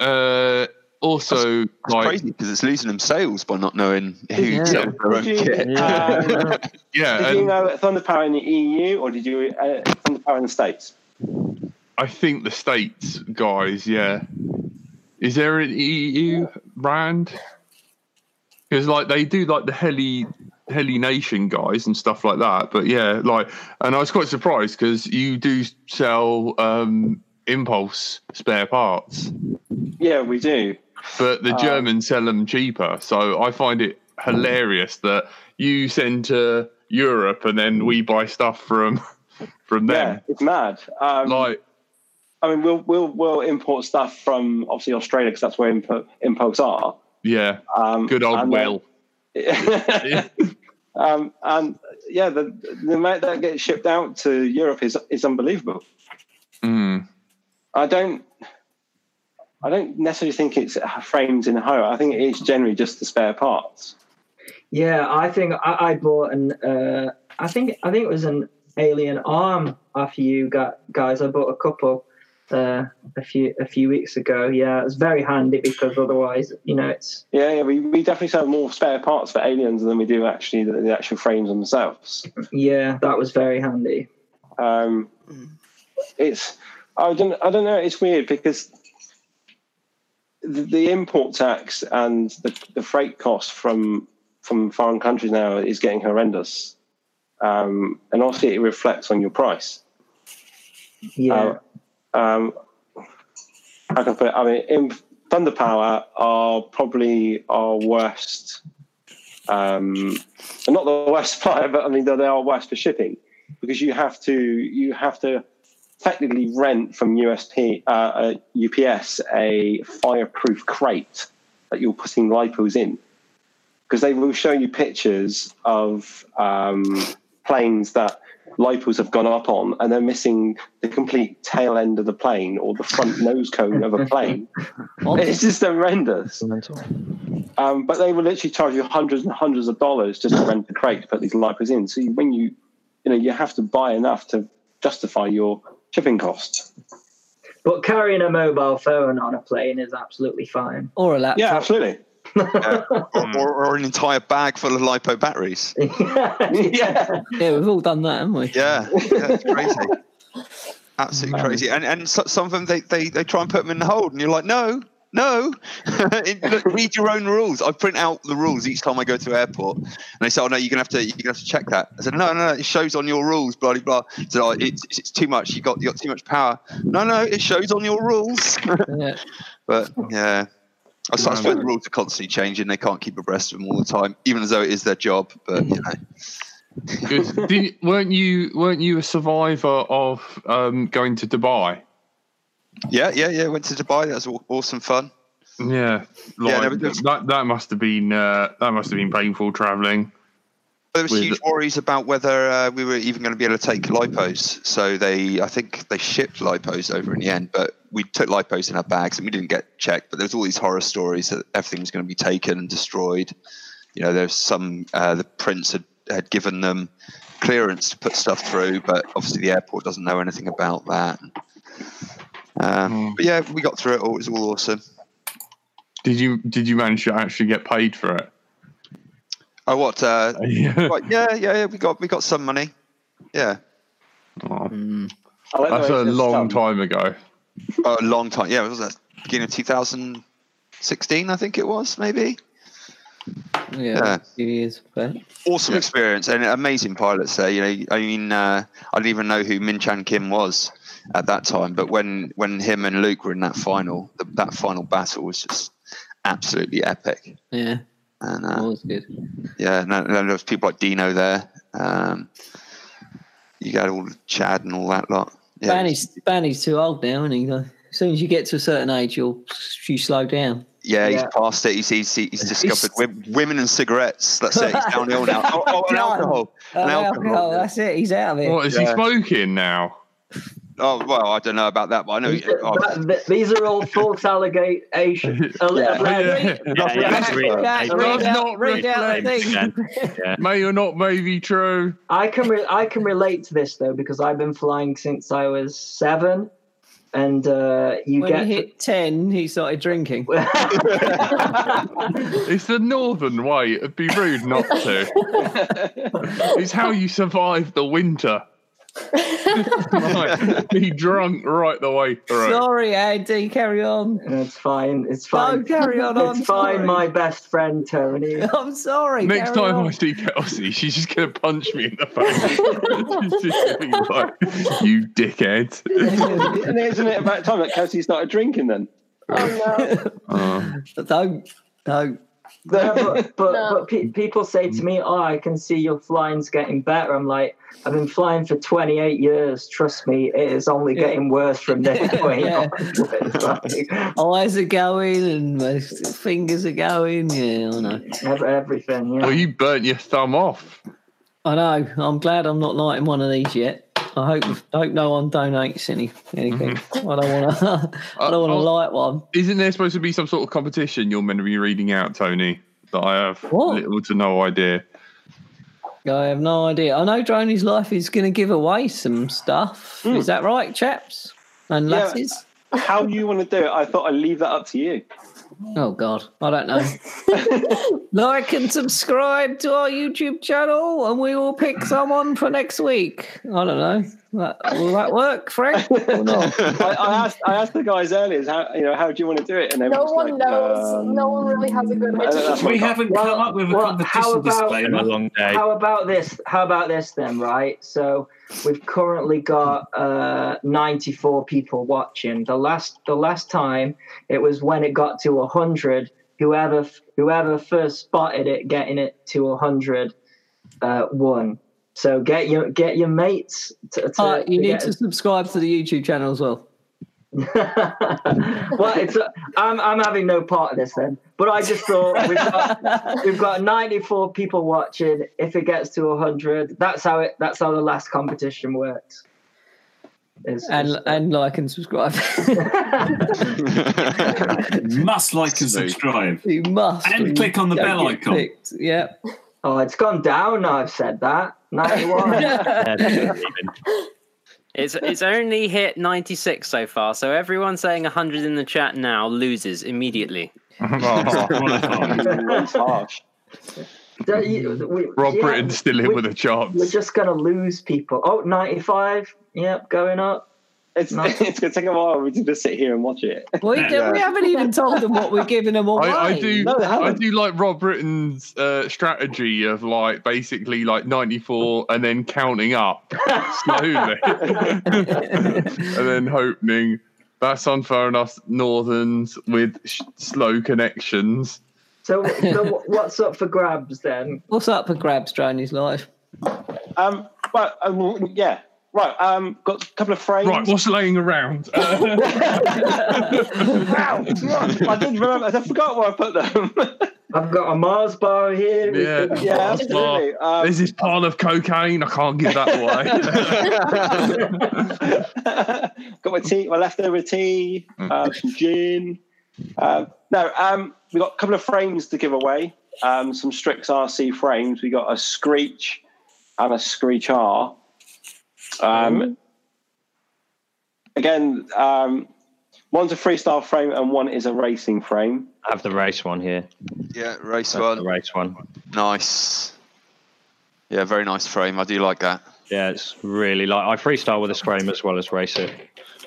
uh also
It's
like
crazy because it's losing them sales by not knowing who
Yeah.
sells their own
Did you, um,
kit. [laughs]
yeah
did you
and
know at Thunder Power in the EU or did you uh, Thunder Power in the States?
i think the states guys yeah is there an eu brand because like they do like the heli heli nation guys and stuff like that but yeah like and i was quite surprised because you do sell um impulse spare parts
Yeah, we do.
but the
Uh,
Germans sell them cheaper. So I find it hilarious that you send to Europe and then we buy stuff from from them.
Yeah, it's mad. Um,
Like,
I mean, we'll we'll we'll import stuff from obviously Australia because that's where impo- imports are.
yeah,
Um,
good old
and
Will.
then- [laughs] um, and yeah, the the amount that gets shipped out to Europe is is unbelievable.
Hmm.
Mm.
I don't. I don't necessarily think it's frames in home. I think it's generally just the spare parts.
Yeah, I think I, I bought an. Uh, I think I think it was an alien arm after you got guys. I bought a couple uh, a few a few weeks ago. Yeah, it's very handy because otherwise, you know, it's
Yeah, yeah. We, we definitely sell more spare parts for aliens than we do actually the, the actual frames themselves.
yeah, that was very handy.
Um, it's I don't I don't know. It's weird because the, the import tax and the, the freight cost from from foreign countries now is getting horrendous, um, and obviously it reflects on your price.
Yeah,
Uh, um, how can I put it? I mean, in Thunder Power are probably our worst, um, not the [laughs] worst supplier, but I mean they're, they are worst for shipping because you have to you have to technically rent from USP uh, a UPS a fireproof crate that you're putting lipos in because they will show you pictures of um, planes that lipos have gone up on and they're missing the complete tail end of the plane or the front nose cone of a plane. It's just horrendous. Um, but they will literally charge you hundreds and hundreds of dollars just to rent a crate to put these lipos in. So you, when you, you know, you have to buy enough to justify your shipping
[laughs]
cost.
but carrying a mobile phone on a plane is absolutely fine.
Or a laptop.
Yeah, absolutely. [laughs]
or, or, or an entire bag full of lipo batteries.
yeah.
[laughs] Yeah, we've all done that, haven't we?
Yeah, yeah it's crazy. Absolutely crazy. And and so, some of them they, they they try and put them in the hold, and you're like, no. No, [laughs] It- look, read your own rules. I print out the rules each time I go to the airport, and they say, "Oh no, you're gonna have to, you're gonna have to check that." I said, "No, no, no, it shows on your rules, blah, blah, blah." I said, oh, it's, it's too much. You got, you got too much power. No, no, it shows on your rules.
Yeah.
[laughs] But yeah, I suppose the rules are constantly changing. They can't keep abreast of them all the time, even as though it is their job. But you know,
'Cause did, weren't you weren't you a survivor of um, going to Dubai?
yeah, yeah, yeah. Went to Dubai. That was aw- awesome fun.
Yeah, like,
Yeah, no, but that's-
that that must have been uh, that must have been painful traveling.
There was
With-
huge worries about whether uh, we were even going to be able to take lipos. So they, I think they shipped lipos over in the end, but we took lipos in our bags and we didn't get checked. But there's all these horror stories that everything was going to be taken and destroyed. You know, there's some uh, the prince had, had given them clearance to put stuff through, but obviously the airport doesn't know anything about that. Um, But yeah, we got through it. All. It was all awesome.
Did you did you manage to actually get paid for it?
Oh, what? Uh,
[laughs] Yeah.
right, yeah, yeah, yeah. We got we got some money. Yeah.
Oh,
Mm.
I like the
that's
way
a
it says
long
some.
time ago.
Oh, a long time. Yeah, it was that beginning of 2016, I think it was, maybe.
Yeah.
Yeah.
a few years back.
Awesome experience and amazing pilots there. You know, I mean, uh, I didn't even know who Min Chan Kim was at that time, but when when him and Luke were in that final, the, that final battle was just absolutely epic.
Yeah.
And
That
uh,
was good.
yeah, and then there was people like Dino there. Um, you got all Chad and all that lot. Yeah, it was-
Banny's, Banny's too old now, isn't he? Like, as soon as you get to a certain age, you'll you slow down.
Yeah, he's
Yeah.
past it. He's he's, he's discovered wi- women and cigarettes. That's it. He's downhill now. Oh, oh
[laughs]
and
Done.
alcohol. And
Oh,
alcohol.
alcohol, that's it. He's out of it.
What is he
Yeah.
smoking now?
Oh well, I don't know about that, but I know.
These,
oh,
that- th- these are all
[laughs]
false allegations.
Yeah.
Yeah, yeah,
That's-
really-
Jack,
really-
Does
read out-
not
read out the
reflect.
thing.
Yeah.
May or not may be true.
I can re- I can relate to this though because I've been flying since I was seven, and uh, you
When
get
he hit 10, he started drinking.
It's the northern way. It'd be rude not
[laughs]
to. it's how you survive the winter. Like, be drunk right the way through.
Sorry, Andy, carry on.
[laughs] It's fine. It's
No,
fine.
carry on.
It's
I'm
fine,
sorry.
my best friend Tony.
[laughs] I'm sorry.
Next
carry
time
on.
I see Kelsey, she's just gonna punch me in the face. [laughs] She's just gonna be like, you dickhead.
And isn't it about time that Kelsey started drinking then?
Oh no.
Oh.
Don't, don't.
No,
[laughs]
but but,
No.
but pe- people say to me, "Oh, I can see your flying's getting better." I'm like, "I've been flying for 28 years. Trust me, it is only
Yeah.
getting worse from this
[laughs]
point."
Yeah.
onwards." [laughs] Like,
Eyes are going and my fingers are going. Yeah, I know.
ev- everything.
Well,
Yeah.
Oh, you burnt your thumb off.
I know. I'm glad I'm not lighting one of these yet. I hope I hope no one donates any anything. I don't want to. I don't want to
Uh,
light one.
Isn't there supposed to be some sort of competition you're meant to be reading out, Tony? That I have
What?
little to no idea.
[laughs] I have no idea. I know Droney's life is going to give away some stuff.
Hmm.
Is that right, chaps and
Yeah.
lasses?
How you want to do it? I thought I'd leave that up to you.
Oh God, I don't know. like and subscribe to our YouTube channel, and we will pick someone for next week. I don't know. That- will that work, Frank? Or not?
[laughs] I, I asked I asked the guys earlier, is how you know, how do you want to do it? [laughs] And they were
No
just
one
like,
knows. no one really has a good
um, I don't know,
idea.
that's what
We
I got.
haven't
Well,
come up with a
well, how
competition
about-
been a
disclaimer.
long day.
How about this? How about this then? Right. So we've currently got uh, 94 people watching. The last the last time it was when it got to 100. Whoever whoever first spotted it getting it to 100 uh, won. So get your get your mates to. to
Uh, you
to
need
get
to subscribe to the YouTube channel as well.
well, it's i am I'm I'm having no part of this then. But I just thought we've
[laughs]
got, we've got 94 people watching. If it gets to 100, that's how it. That's how the last competition works. Is-
And
is-
and like and
[laughs]
subscribe.
[laughs] Must like and
Sweet.
subscribe.
you must.
And click on the
Don't
bell
get
icon.
picked. Yep.
oh, it's gone down. Now I've said that
[laughs]
91.
Yeah, don't even.
It's it's only hit 96 so far, so everyone saying 100 in the chat now loses immediately.
Oh, [laughs]
[laughs] That's harsh.
Don't you- we-
Rob
yeah,
Britton's still in
we-
with a chance.
We're just gonna lose people. Oh, 95. Yep, going up.
It's [laughs]
No.
it's gonna take a while we to just sit here and watch it.
[laughs]
We, don't- we
[laughs]
haven't even told them what we're giving them away.
I, I do.
No, they haven't.
I do like Rob Britton's uh, strategy of like basically like ninety four and then counting up
[laughs]
slowly, and then hoping that's unfair enough. Northerns with sh- slow connections.
So,
[laughs]
so what's up for grabs then?
What's up for grabs during his life?
Um but um, yeah. Right, um got a couple of frames.
Right, what's
[laughs]
laying around? Uh,
Wow, I didn't remember I forgot where I put them.
[laughs] I've got a Mars bar here. We've
Yeah.
got-
yeah,
Mars bar.
absolutely. Um,
there's this pile of cocaine. I can't give that
[laughs]
away.
got my tea, my leftover tea,
Mm.
uh, some gin. Uh, no, um, we got a couple of frames to give away. Um, some Strix RC frames. We got a Screech and a Screech R.
Mm.
Um, again, um, one's a freestyle frame and one is a racing frame.
I have the race one here.
yeah,
That's
race
the
one.
race one.
Nice. Yeah, very nice frame. I do like that.
Yeah, it's really like I freestyle with this frame as well as race it.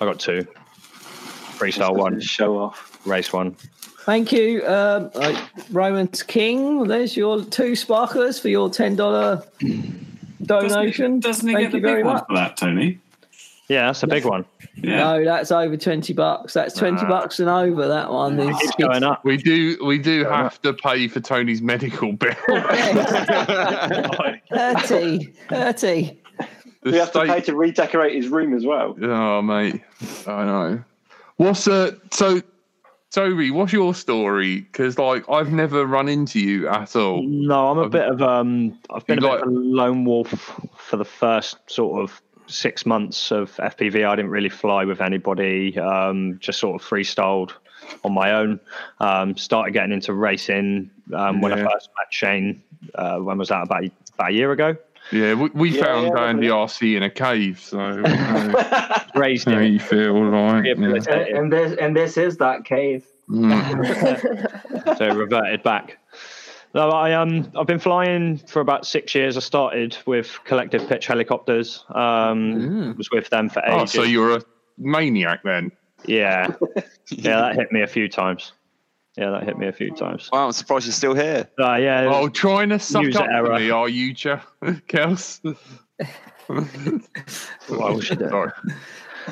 I got two. Freestyle one,
Show off.
race one.
Thank you, um, uh, Roman's King. There's your two sparklers for your ten dollar
Doesn't,
donation.
doesn't he
Thank
get the
you very
big one
much.
for that, Tony?
Yeah, that's a big one.
Yeah.
No, that's over twenty bucks. That's twenty
Ah.
bucks and over. That one
It
is
keeps going up.
we do. We do have to pay for Tony's medical [laughs] bill.
thirty. Thirty.
The
we have to
state-
pay to redecorate his room as well.
Oh mate, I know. What's uh so Toby? What's your story? Because like I've never run into you at all.
No, I'm a
I've-
bit of um. I've been a
You
bit
like-
of a lone wolf for the first sort of six months of FPV. I didn't really fly with anybody. Um, just sort of freestyled on my own. Um, started getting into racing um, when I
Yeah.
first met Shane. Uh, when was that? About about a year ago.
Yeah, we, we
Yeah,
found
yeah,
Andy
yeah.
RC in a cave, so uh,
Raised
how
him.
you feel like? Yeah.
Rehabilitated.
And, and this and this is that
[laughs]
cave.
Mm.
so it reverted back. No, I um, I've been flying for about six years. I started with collective pitch helicopters. Um, was with them for ages.
Oh, so you're a maniac then? [laughs]
Yeah, yeah, that hit me a few times. Yeah, that hit me a few times.
Wow, I'm surprised you're still here.
Uh, yeah, it
Oh,
was-
trying to suck
User
up to
error.
me, are you, Ch- Kels?
well, we should do it.
Sorry.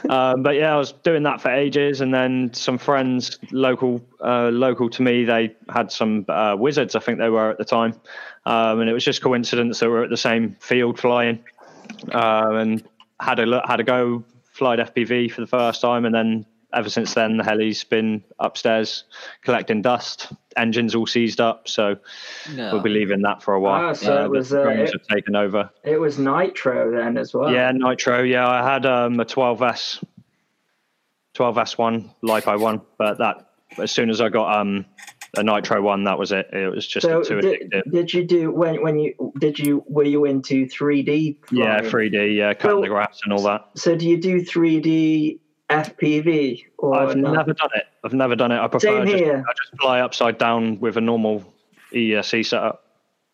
um, but yeah, I was doing that for ages, and then some friends local uh, local to me, they had some uh, wizards, I think they were at the time, um, and it was just coincidence that we were at the same field flying, uh, and had a look, had a go, flied FPV for the first time, and then ever since then the heli's been upstairs collecting dust. Engines all seized up, so
No.
we'll be leaving that for a while.
Ah, so it
the
was, uh,
drones
it-
have taken over.
It was Nitro then as well.
Yeah, Nitro. Yeah, I had um, a 12s, 12s one, lipo one, but that as soon as I got um, a Nitro one, that was it. It was just
so
too
did,
addictive.
did you do when when you did you were you into 3D?
Yeah,
flying?
3D. Yeah, cutting the grass and all that.
So do you do 3D FPV or
I've
not?
never done it. I've never done it. I prefer
Same
just,
here.
I just fly upside down with a normal ESC setup.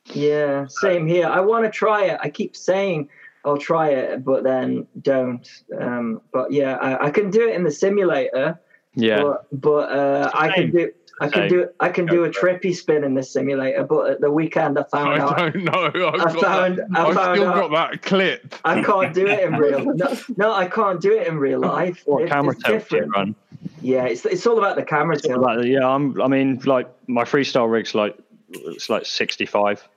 Uh,
Yeah, same here. I want to try it. I keep saying I'll try it, but then don't. Um, but yeah, I, I can do it in the simulator.
Yeah.
But, but uh, I can do. I can
Same.
do I can do a trippy spin in the simulator, but at the weekend I
I
found out
don't know. I've,
I
got
found-
that,
I
I've
found
still
out-
got that clip.
I can't do it in real. No, no I can't do it in real life.
What
It-
camera
it's
tilt do you
different.
run?
Yeah, it's it's all about the camera
It's all
tilt.
about- yeah, I'm. I mean, like my freestyle rig's like it's like 65.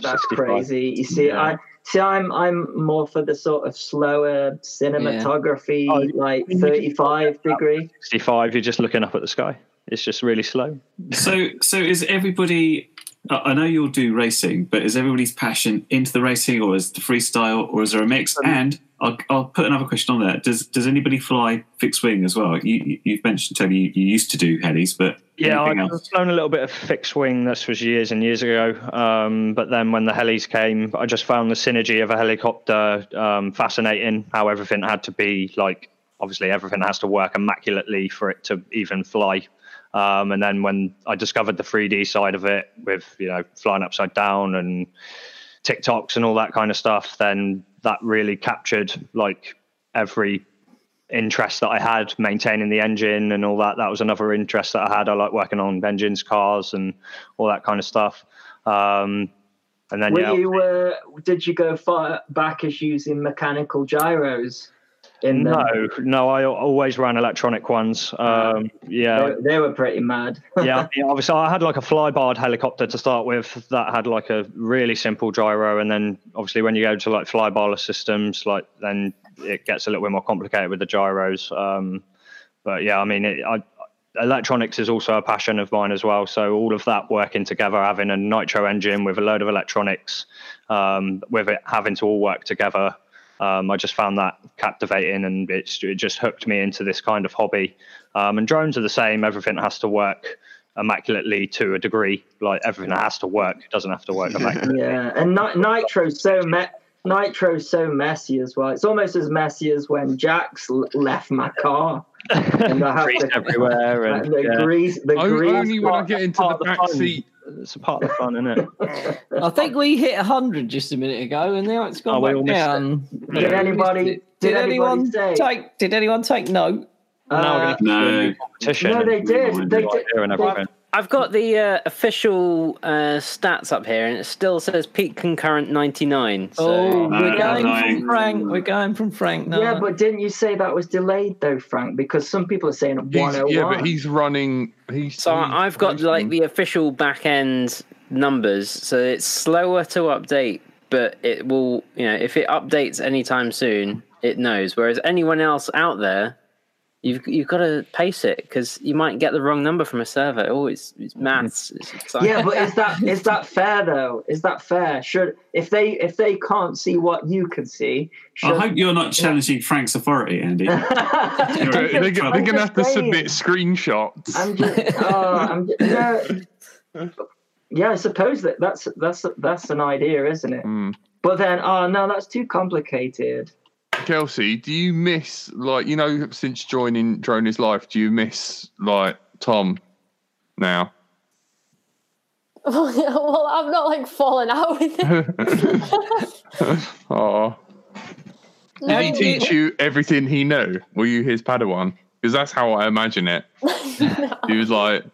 That's
65.
crazy. You see,
Yeah.
I see. I'm I'm more for the sort of slower cinematography,
Oh,
like 35 degree.
65. You're just looking up at the sky. It's just really slow.
So, so is everybody? I I know you'll do racing, but is everybody's passion into the racing, or is the freestyle, or is there a
Um,
mix? and I'll, I'll put another question on there. Does Does anybody fly fixed wing as well? You you- You've mentioned Tony, you, you used to do helis, but
Yeah,
anything
I've
else?
flown a little bit of fixed wing. This was years and years ago. Um, but then when the helis came, I just found the synergy of a helicopter um, fascinating. How everything had to be like, obviously everything has to work immaculately for it to even fly. Um, and then when I discovered the 3D side of it, with you know flying upside down and TikToks and all that kind of stuff, then that really captured like every interest that I had maintaining the engine and all that. That was another interest that I had. I like working on engines, cars, and all that kind of stuff. Um, and then
Were
yeah,
you? Uh, did you go far back as using mechanical gyros? In the,
no, no, I al- always ran electronic ones. Um, yeah,
Uh-huh. they, they were pretty mad.
yeah, yeah, obviously I had like a flybarred helicopter to start with that had like a really simple gyro, and then obviously when you go to like flybarless systems, like then it gets a little bit more complicated with the gyros. Um, but yeah, I mean, it, I, electronics is also a passion of mine as well. So all of that working together, having a nitro engine with a load of electronics, um, with it having to all work together. Um, I just found that captivating, and it's, it just hooked me into this kind of hobby. Um, and drones are the same; everything has to work immaculately to a degree. Like everything has to work; it doesn't have to work immaculately.
[laughs] Yeah, and ni- Nitro's so me- Nitro's so messy as well. It's almost as messy as when Jax l- left my car. And I have
Grease
to,
everywhere, and
the
yeah.
grease, the
Oh,
Only-
grease.
only when I
part-
get into
part
the
of
back
fun.
seat. It's a part of the fun, isn't it?
[laughs] I think we hit 100 just a minute ago, and now it's
Oh,
gone
we all missed
back
it.
down.
Did
Yeah.
anybody-
Did,
did anybody
anyone
say-
take? Did anyone take note?
Uh,
now we're going to
No.
do competition.
No, they
and
did.
new
They
idea
did.
and
They-
everything.
I've got the uh, official uh, stats up here, and it still says peak concurrent 99. So.
Oh,
No,
uh,
we're going
no.
from Frank. We're going from Frank now.
Yeah, but didn't you say that was delayed though, Frank? Because some people are saying
He's,
101.
yeah, but he's running. He's
oh So I- I've got like the official back end numbers, so it's slower to update, but it will, you know, if it updates anytime soon, it knows. Whereas anyone else out there, you've you've got to pace it because you might get the wrong number from a server. Oh, it's it's maths.
Mm.
It's exciting.
yeah,
[laughs]
but is that is that fair though? Is that fair? Should if they if they can't see what you can see, should,
I hope you're not challenging Frank's authority,
[laughs]
Andy. You're in
They're, they're
trouble.
going to have to
saying.
submit screenshots.
I'm just, oh, I'm just, no. yeah, I suppose that that's that's that's an idea, isn't it? But then, oh no, that's too complicated.
Kelsey, do you miss like you know since joining Drone is Life? Do you miss like Tom now?
[laughs]
[laughs]
well, yeah, well, I've not like fallen out with it.
[laughs]
[laughs]
Oh,
No,
did he teach you everything he knew? Were you his Padawan? Because that's how I imagine it. He was like,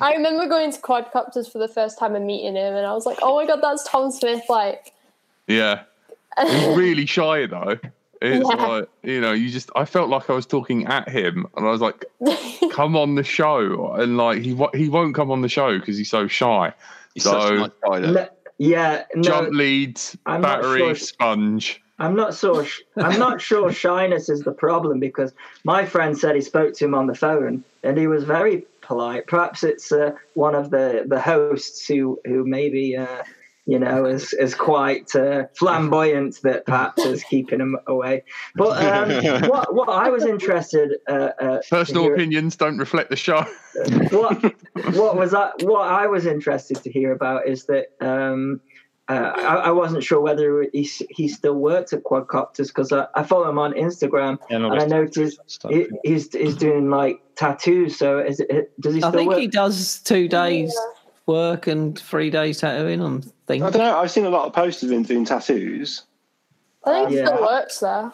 I remember going to quadcopters for the first time and meeting him, and I was like, "Oh my god, that's Tom Smith!" Like,
yeah, he's really shy though. It's
Yeah.
like you know, you just I felt like I was talking at him, and I was like, "Come on the show," and like he wo- he won't come on the show because he's so shy.
He's
so
such a nice guy, though.
Le- yeah, no,
jump leads,
I'm not
battery,
sure.
sponge.
I'm not sure. Sh- I'm not sure shyness is the problem because my friend said he spoke to him on the phone and he was very polite. Perhaps it's uh, one of the, the hosts who who maybe uh, you know is is quite uh, flamboyant that perhaps is keeping him away. But um, what what I was interested uh, uh, to
Personal
hear-
opinions don't reflect the show.
what
[laughs]
what was I what I was interested to hear about is that um, uh, I, I wasn't sure whether he s- he still worked at Quadcopters because I, I follow him on Instagram
Yeah, no,
and I
it's-
noticed he, he's he's doing like tattoos. So is it, does he
I
still
think
work?
he does two days work and three days tattooing. I'm thinking.
I don't know. I've seen a lot of posts of him doing tattoos.
I think it
Yeah.
still works there.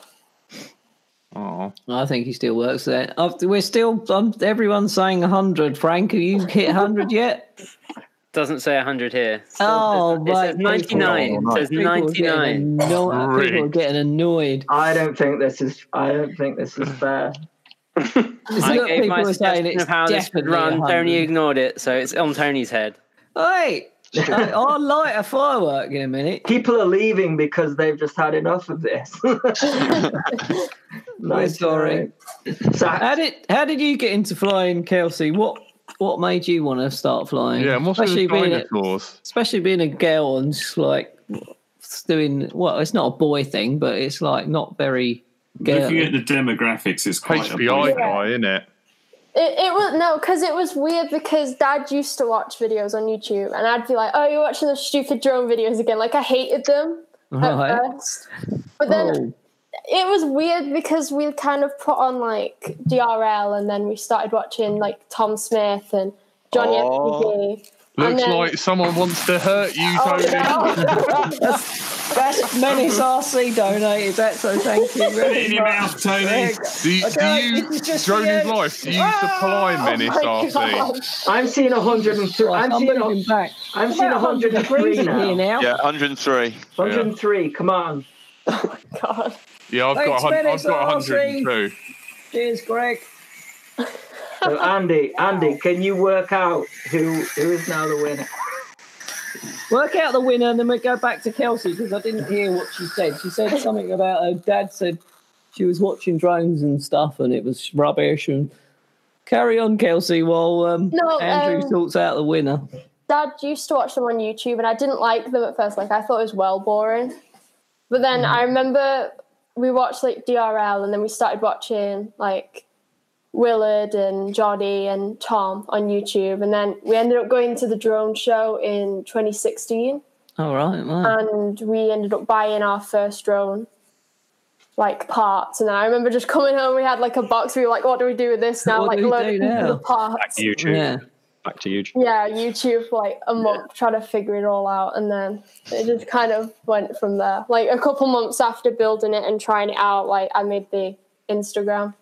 Oh,
I think he still works there. After- We're still. Um, everyone's saying 100. Frank, have you hit 100 yet?
[laughs] Doesn't say 100 here.
Oh,
it
right.
says 99. It says
People are getting
99.
anno- People are getting annoyed.
I don't think this is. I don't think this is fair.
It's
I
what
gave my
people are saying.
suggestion
It's
of how this would
definitely
run.
100.
Tony ignored it, so it's on Tony's head.
[laughs]
Hey, I- [laughs] I'll light a firework in a minute.
People are leaving because they've just had enough of this. [laughs]
We're
Nice,
sorry.
So
How did how did you get into flying, Kelsey? What what made you want to start flying?
yeah, what's with the
being a,
dinosaurs?
especially being a girl and just like doing well. It's not a boy thing, but it's like not very girl.
Looking at the demographics, it's quite a
HPI
boy.
guy, isn't it?
It, it was no, because it was weird because Dad used to watch videos on YouTube, and I'd be like, "Oh, you're watching those stupid drone videos again." Like I hated them at
Right.
first, but then
Oh,
it was weird because we kind of put on like DRL, and then we started watching like Tom Smith and Johnny
Oh.
McGee.
Looks
then-
like someone wants to hurt you,
Oh,
Tony.
no.
[laughs]
[laughs]
that's Menace RC donated that, so thank you
Oh.
Put it in
very
your
much.
mouth, Tony.
Do you, do
Okay,
you
this is just
drone
the
his
end.
life? Do you supply menace,
Ah, Oh, my
RC?
God.
I'm seeing 103.
Right,
I'm
I'm
seeing.
moving back.
I'm seeing
About
103
in
now.
here now.
Yeah, 103.
103. Come on.
God.
Yeah,
Thanks,
I've got, a hun-
Menace
I've got
RC.
102.
Cheers, Greg.
So Andy, Andy, can you work out who who is now the winner?
Work out the winner and then we go back to Kelsey because I didn't hear what she said. She said something about her dad said she was watching drones and stuff and it was rubbish. And carry on, Kelsey, while um,
No,
Andrew
um,
sorts out the winner.
Dad used to watch them on YouTube, and I didn't like them at first. Like I thought it was well boring, but then
Mm-hmm.
I remember we watched like DRL, and then we started watching like Willard and Johnny and Tom on YouTube, and then we ended up going to the drone show in 2016,
All right, wow.
and we ended up buying our first drone. Like parts, and then I remember just coming home. We had like a box. We were like, "What do we do with this now?"
What
like
do we
load
do
of people
now?
with
Back
parts.
to YouTube.
yeah.
Back to YouTube.
yeah, YouTube for like a month trying to figure it all out, and then it just kind of went from there. Like a couple months after building it and trying it out, like I made the Instagram.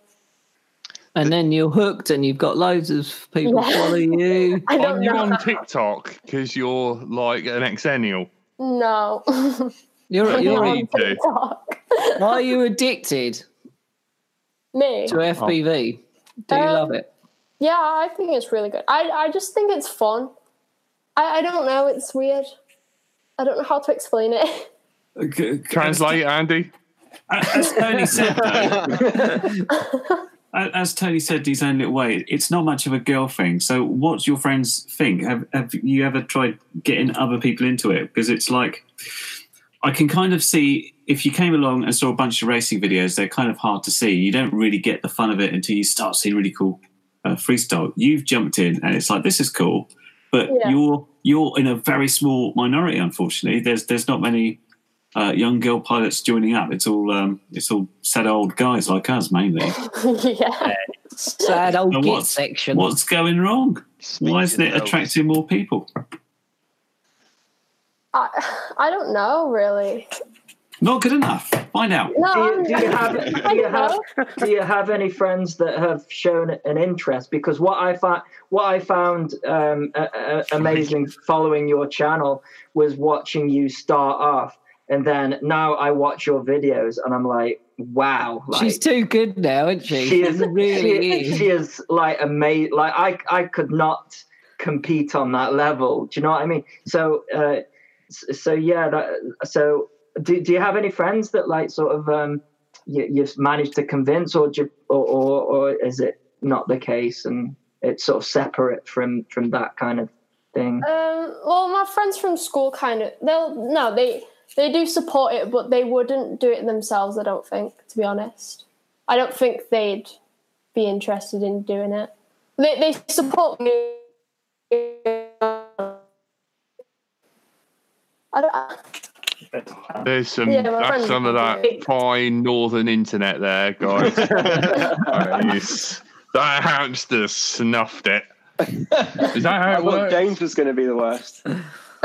And then you're hooked and you've got loads of people
Yeah.
follow you.
I
Are
don't
you
know.
on TikTok because you're like an exennial?
no, [laughs]
You're,
Don't
you're
worry.
a,
on
need to.
TikTok.
are you addicted
Me,
to FPV? Do you
Um,
love it?
yeah, I think it's really good. I I just think it's fun. I I don't know. It's weird. I don't know how to explain it. [laughs]
Okay,
Translate, Andy.
As Tony said, though,
[laughs]
as Tony said, his own little way. It's not much of a girl thing. So, what do your friends think? Have Have you ever tried getting other people into it? Because it's like, I can kind of see if you came along and saw a bunch of racing videos, they're kind of hard to see. You don't really get the fun of it until you start seeing really cool uh, freestyle. You've jumped in, and it's like this is cool, but
Yeah.
you're you're in a very small minority. Unfortunately, there's there's not many uh, young girl pilots joining up. It's all um, it's all sad old guys like us mainly.
[laughs] yeah,
Sad old
Now
git
what's-
section.
What's going wrong? Why isn't it attracting more people?
I I don't know really.
Not good enough. Find out.
No,
Do
I'm,
you, do you have
[laughs] I
do you
don't
have
know.
do you have any friends that have shown an interest? Because what I found what I found um, a, a- amazing following your channel was watching you start off, and then now I watch your videos, and I'm like, wow, like,
She's too good now, isn't she?
she is
really
she,
is.
she is like amazing. Like I, I could not compete on that level. Do you know what I mean? So, uh, s- so yeah. That, so, do, do you have any friends that like sort of um, you, you've managed to convince, or, do you, or or or is it not the case, and it's sort of separate from from that kind of thing?
Um, well, my friends from school kind of they'll no they they do support it, but they wouldn't do it themselves. I don't think, to be honest. I don't think they'd be interested in doing it. They they support me. I don't.
There's some
Yeah, my
that's
friends
some of
can
that
do
fine northern internet
[laughs]
there, guys. Nice. that hamster snuffed it. Is that how
I
it
thought
works?
James was going to be the worst.
do,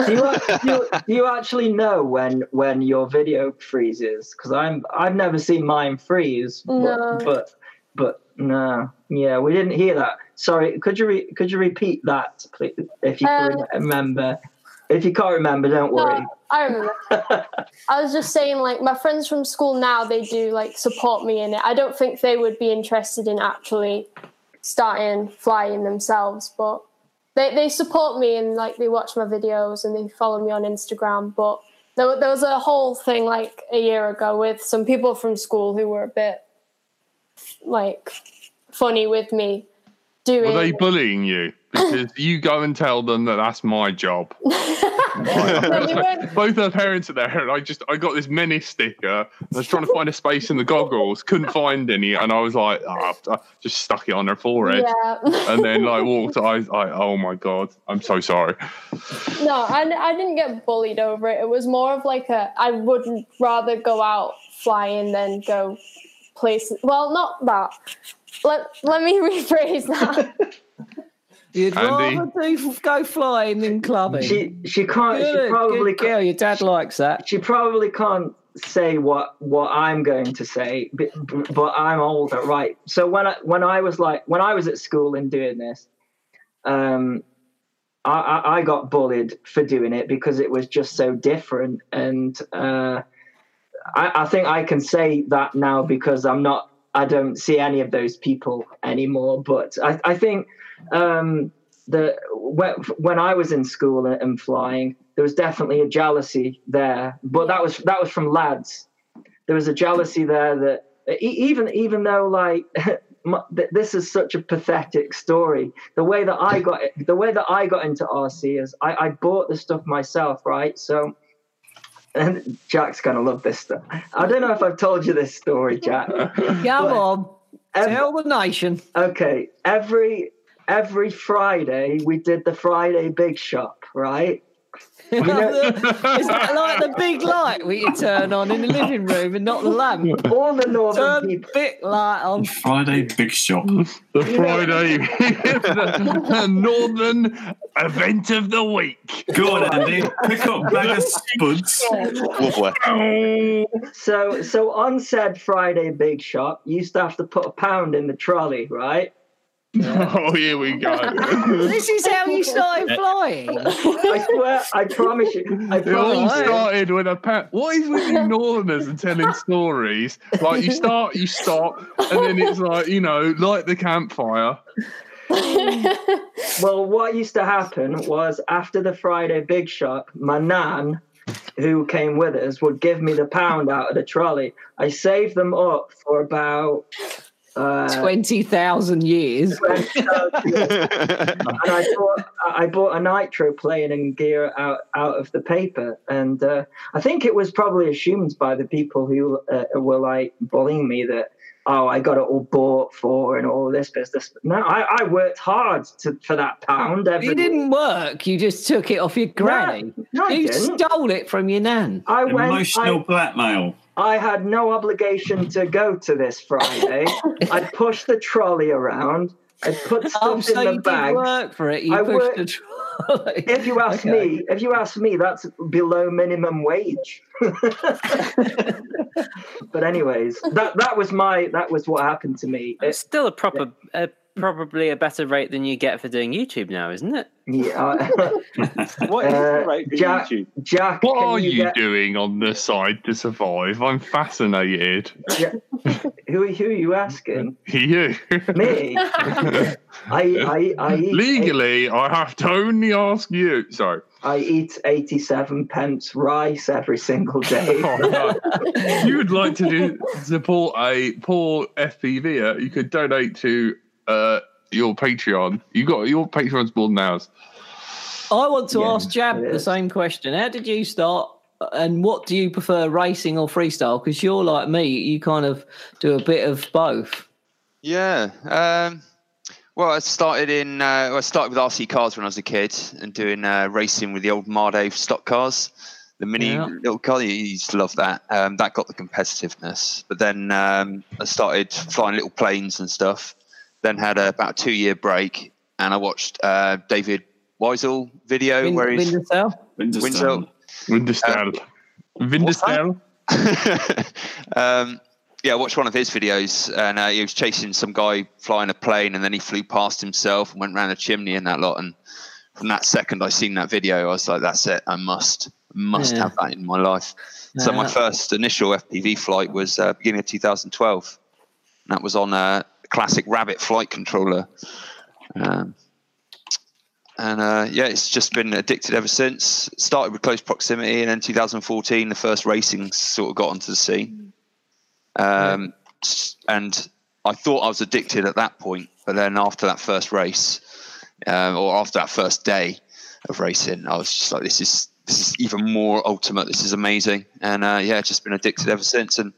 you, act- do you- do you actually know when when your video freezes? Because I'm I've never seen mine freeze. But,
No.
but but no, yeah, we didn't hear that. Sorry, could you re- could you repeat that, please, if you can
Um,
remember? If you can't remember, don't worry.
I remember. I was just saying, like my friends from school now, they do like support me in it. I don't think they would be interested in actually starting flying themselves, but they they support me and like they watch my videos and they follow me on Instagram. But there, there was a whole thing like a year ago with some people from school who were a bit like funny with me doing.
Were they bullying you? Because you go and tell them that that's
[laughs]
my job.
No, they weren't
Both her parents are there, and I just I got this menace sticker. and I was trying to find a space in the goggles, couldn't find any, and I was like, ah, I just stuck it on her forehead,
Yeah.
and then like walked. I, I oh my god, I'm so sorry.
No, I, I didn't get bullied over it. It was more of like a I would rather go out flying than go places. Well, not that. Let let me [laughs] rephrase that.
You'd
Andy?
rather do, go flying than clubbing.
She she can't.
Good,
she probably
good girl. Your dad likes that.
she probably can't say what what I'm going to say, but, but I'm older, right? So when I when I was like when I was at school and doing this, um, I, I, I got bullied for doing it because it was just so different, and uh, I, I think I can say that now because I'm not I don't see any of those people anymore. But I, I think um, the when, when I was in school and flying, there was definitely a jealousy there, but that was that was from lads. There was a jealousy there that e- even even though like [laughs] my- th- this is such a pathetic story. The way that I got [laughs] it, the way that I got into RC is I, I bought the stuff myself, right? So. [laughs] And Jack's gonna love this stuff. I don't know if I've told you this story, Jack.
Come on,
Ev-
tell the nation.
okay every every friday we did the friday big shop right [laughs]
[laughs] Is that like the big light we you turn on in the living room and not the lamp?
[laughs] all the northern
Turn
people
the big light
[laughs]
on.
Friday big shop.
[laughs] The Friday, [laughs] the, the northern event of the week.
Go on, Andy. Pick up bag
[laughs]
of spuds.
Wobbler.
so so on said friday big shop you used to have to put a pound in the trolley right
[laughs] Oh, here we go.
This is how you started flying.
[laughs] i swear i promise you i
It all
promise you
started with a pa- What is [laughs] with you Northerners and telling stories? Like you start, you stop, and then it's like you know, light the campfire.
[laughs] Well, what used to happen was after the Friday big shop, my nan, who came with us, would give me the pound out of the trolley. I saved them up for about uh,
Twenty thousand years.
and I bought I bought a nitro plane and gear out out of the paper, and uh, I think it was probably assumed by the people who uh, were like bullying me that oh I got it all bought for and all this business. No, I, I worked hard to, for that pound. Every
You
week.
didn't work. You just took it off your granny.
No, I
you
didn't.
stole it from your nan.
I went. I,
Emotional blackmail.
I had no obligation to go to this
[laughs]
Friday. I pushed the trolley around. I put stuff
Oh,
in
so
the
you
bags.
did work for it. You
I
pushed
worked-
the trolley.
If you ask
Okay.
me, if you ask me, that's below minimum wage. [laughs] but anyways, that that was my that was what happened to me.
It's
It-
still a proper a probably a better rate than you get for doing YouTube now, isn't it?
[laughs]
[laughs]
Yeah. uh,
what is the rate for
Jack,
YouTube?
Jack,
What
can
are
you
you
get-
doing on the side to survive? I'm fascinated. [laughs]
[laughs] who, who are you
[laughs]
asking?
You.
Me? I, I, I, eat,
Legally, I have to only ask you. Sorry.
I eat 87 pence rice every single
[laughs]
day.
Oh, you would like to do, support a poor FPVer, you could donate to uh, your Patreon. You got your Patreon's more than ours.
I want to
Yeah,
ask Jab the same question. How did you start? And what do you prefer, racing or freestyle? Because you're like me, you kind of do a bit of both.
Yeah. Um, well, I started in. Uh, I started with RC cars when I was a kid and doing uh, racing with the old Mardo stock cars, the mini
Yeah.
little car. You used to love that. Um, that got the competitiveness. But then um, I started flying little planes and stuff. Then had a, about a two year break, and I watched uh, David Weisel video
Win-
where he's Um,
Windersell?
Windsor.
Windestel. Windestel.
um, yeah, I watched one of his videos, and uh, he was chasing some guy flying a plane, and then he flew past himself and went round a chimney and that lot. And from that second, I seen that video, I was like, "That's it. I must, must
Yeah.
have that in my life." So my
Yeah.
first initial FPV flight was uh, beginning of 2012. And that was on a classic Rabbit flight controller. Um, and uh, yeah, it's just been addicted ever since. Started with close proximity, and then 2014, the first racing sort of got onto the scene. Um, s- And I thought I was addicted at that point, but then after that first race, um, or after that first day of racing, I was just like, this is this is even more ultimate. This is amazing, and uh, yeah, just been addicted ever since. And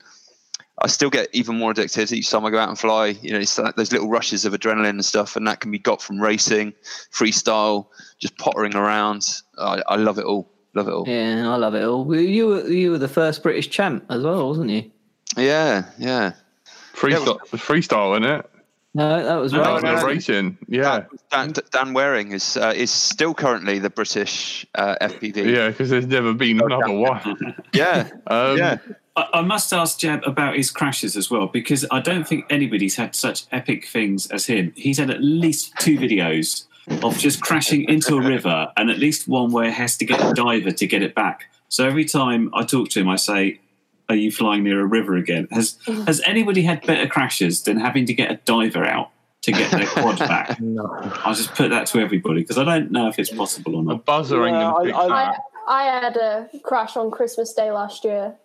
I still get even more addicted each time I go out and fly. You know, it's like those little rushes of adrenaline and stuff, and that can be got from racing, freestyle, just pottering around. I, I love it all. Love it all. Yeah,
Yeah, I love it all. Well, You were, you were the first British champ as well, wasn't you?
yeah.
Freestyle, freestyle, isn't it?
No, that was right.
They're racing. Yeah.
Dan, Dan Waring is uh, is still currently the British uh, FPV.
Yeah, because there's never been
Oh, [laughs]
another one.
Yeah.
Um,
yeah.
I, I must ask Jeb about his crashes as well, because I don't think anybody's had such epic things as him. He's had at least two videos of just crashing into a river, and at least one where he has to get a diver to get it back. So every time I talk to him, I say, "Are you flying near a river again?" Has Has anybody had better crashes than having to get a diver out to get their quad back?
[laughs]
I'll just put that to everybody because I don't know if it's possible or not.
Buzz or England
I-
picked
I-
that.
I, I had a crash on Christmas Day last year.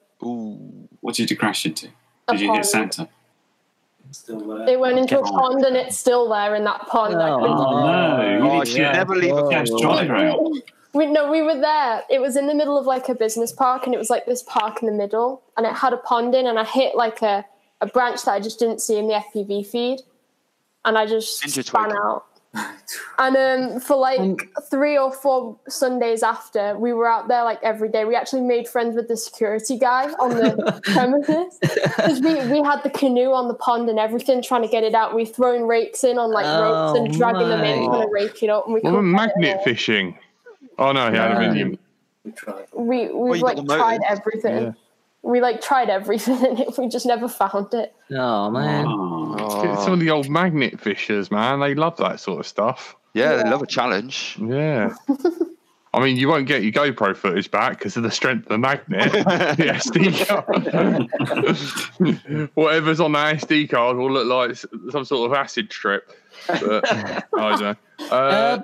What did you crash into?
A
Did you
pond.
hit Santa?
It went into a
Okay.
pond and it's still there in that pond. I
Oh,
couldn't-
no, you
Oh, I
need to
should
get
never leave a
cash driver out.
We, no, we were there. It was in the middle of like a business park, and it was like this park in the middle, and it had a pond in, and I hit like a, a branch that I just didn't see in the FPV feed, and I just
Intertwined.
spun
[laughs]
out. and um, for like three or four Sundays after, we were out there like every day. We actually made friends with the security guy on the premises because we, we had the canoe on the pond and everything, trying to get it out. We throwing rakes in on like ropes and
Oh,
dragging them in,
mate.
trying to rake it up. And we
What about
couldn't get it
magnet
all.
fishing? Oh no, he had
No.
aluminium.
We
Well,
we
you got
like
the motive.
tried everything.
Yeah.
We like tried everything, [laughs] and we just never found
[laughs]
it.
Oh, man.
Oh.
Get Some of the old magnet fishers, man, they love that sort of stuff.
yeah, they love a challenge.
Yeah. I mean, you won't get your GoPro footage back because of the strength of
[laughs]
the magnet. [laughs] the SD card. Whatever's on the SD card will look like s- some sort of acid trip. But [laughs] I don't know. Uh,
Uh,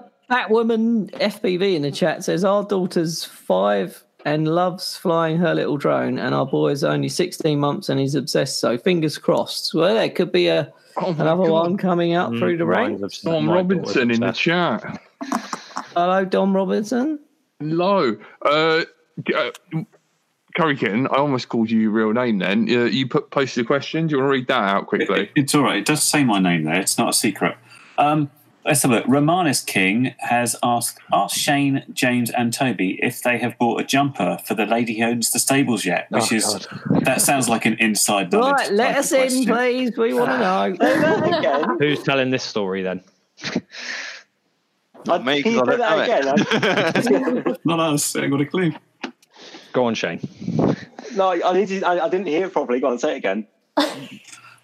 Batwoman FPV in the chat says our daughter's five and loves flying her little drone, and our boy is only 16 months and he's obsessed. So fingers crossed. Well, there could be a
oh my
another
God,
one coming up through
Mm,
the
Mine's
ranks.
obsessed-
Tom
my daughter's
Robinson in the
obsessed.
chat.
Hello, Dom Robinson.
Hello. Uh, d- uh, Curry Kitten, I almost called you your real name then. Uh, you put posted a question. Do you want to read that out
It-
quickly?
it- it's all right. It does say my name there. It's not a secret. Um, let's have a look. Romanus King has asked, ask Shane, James, and Toby if they have bought a jumper for the lady who owns the stables yet, which is that sounds like an inside knowledge.
Right, let
type
us
of
in,
question.
please. We want to know.
[laughs]
Again,
Who's telling this story then?
Not me,
can
'cause
you
I
put
don't
that
know it.
again? I, [laughs]
Not us. I ain't got a clue.
Go on, Shane.
no, I, need to, I, I didn't hear it properly. Go on, say it again.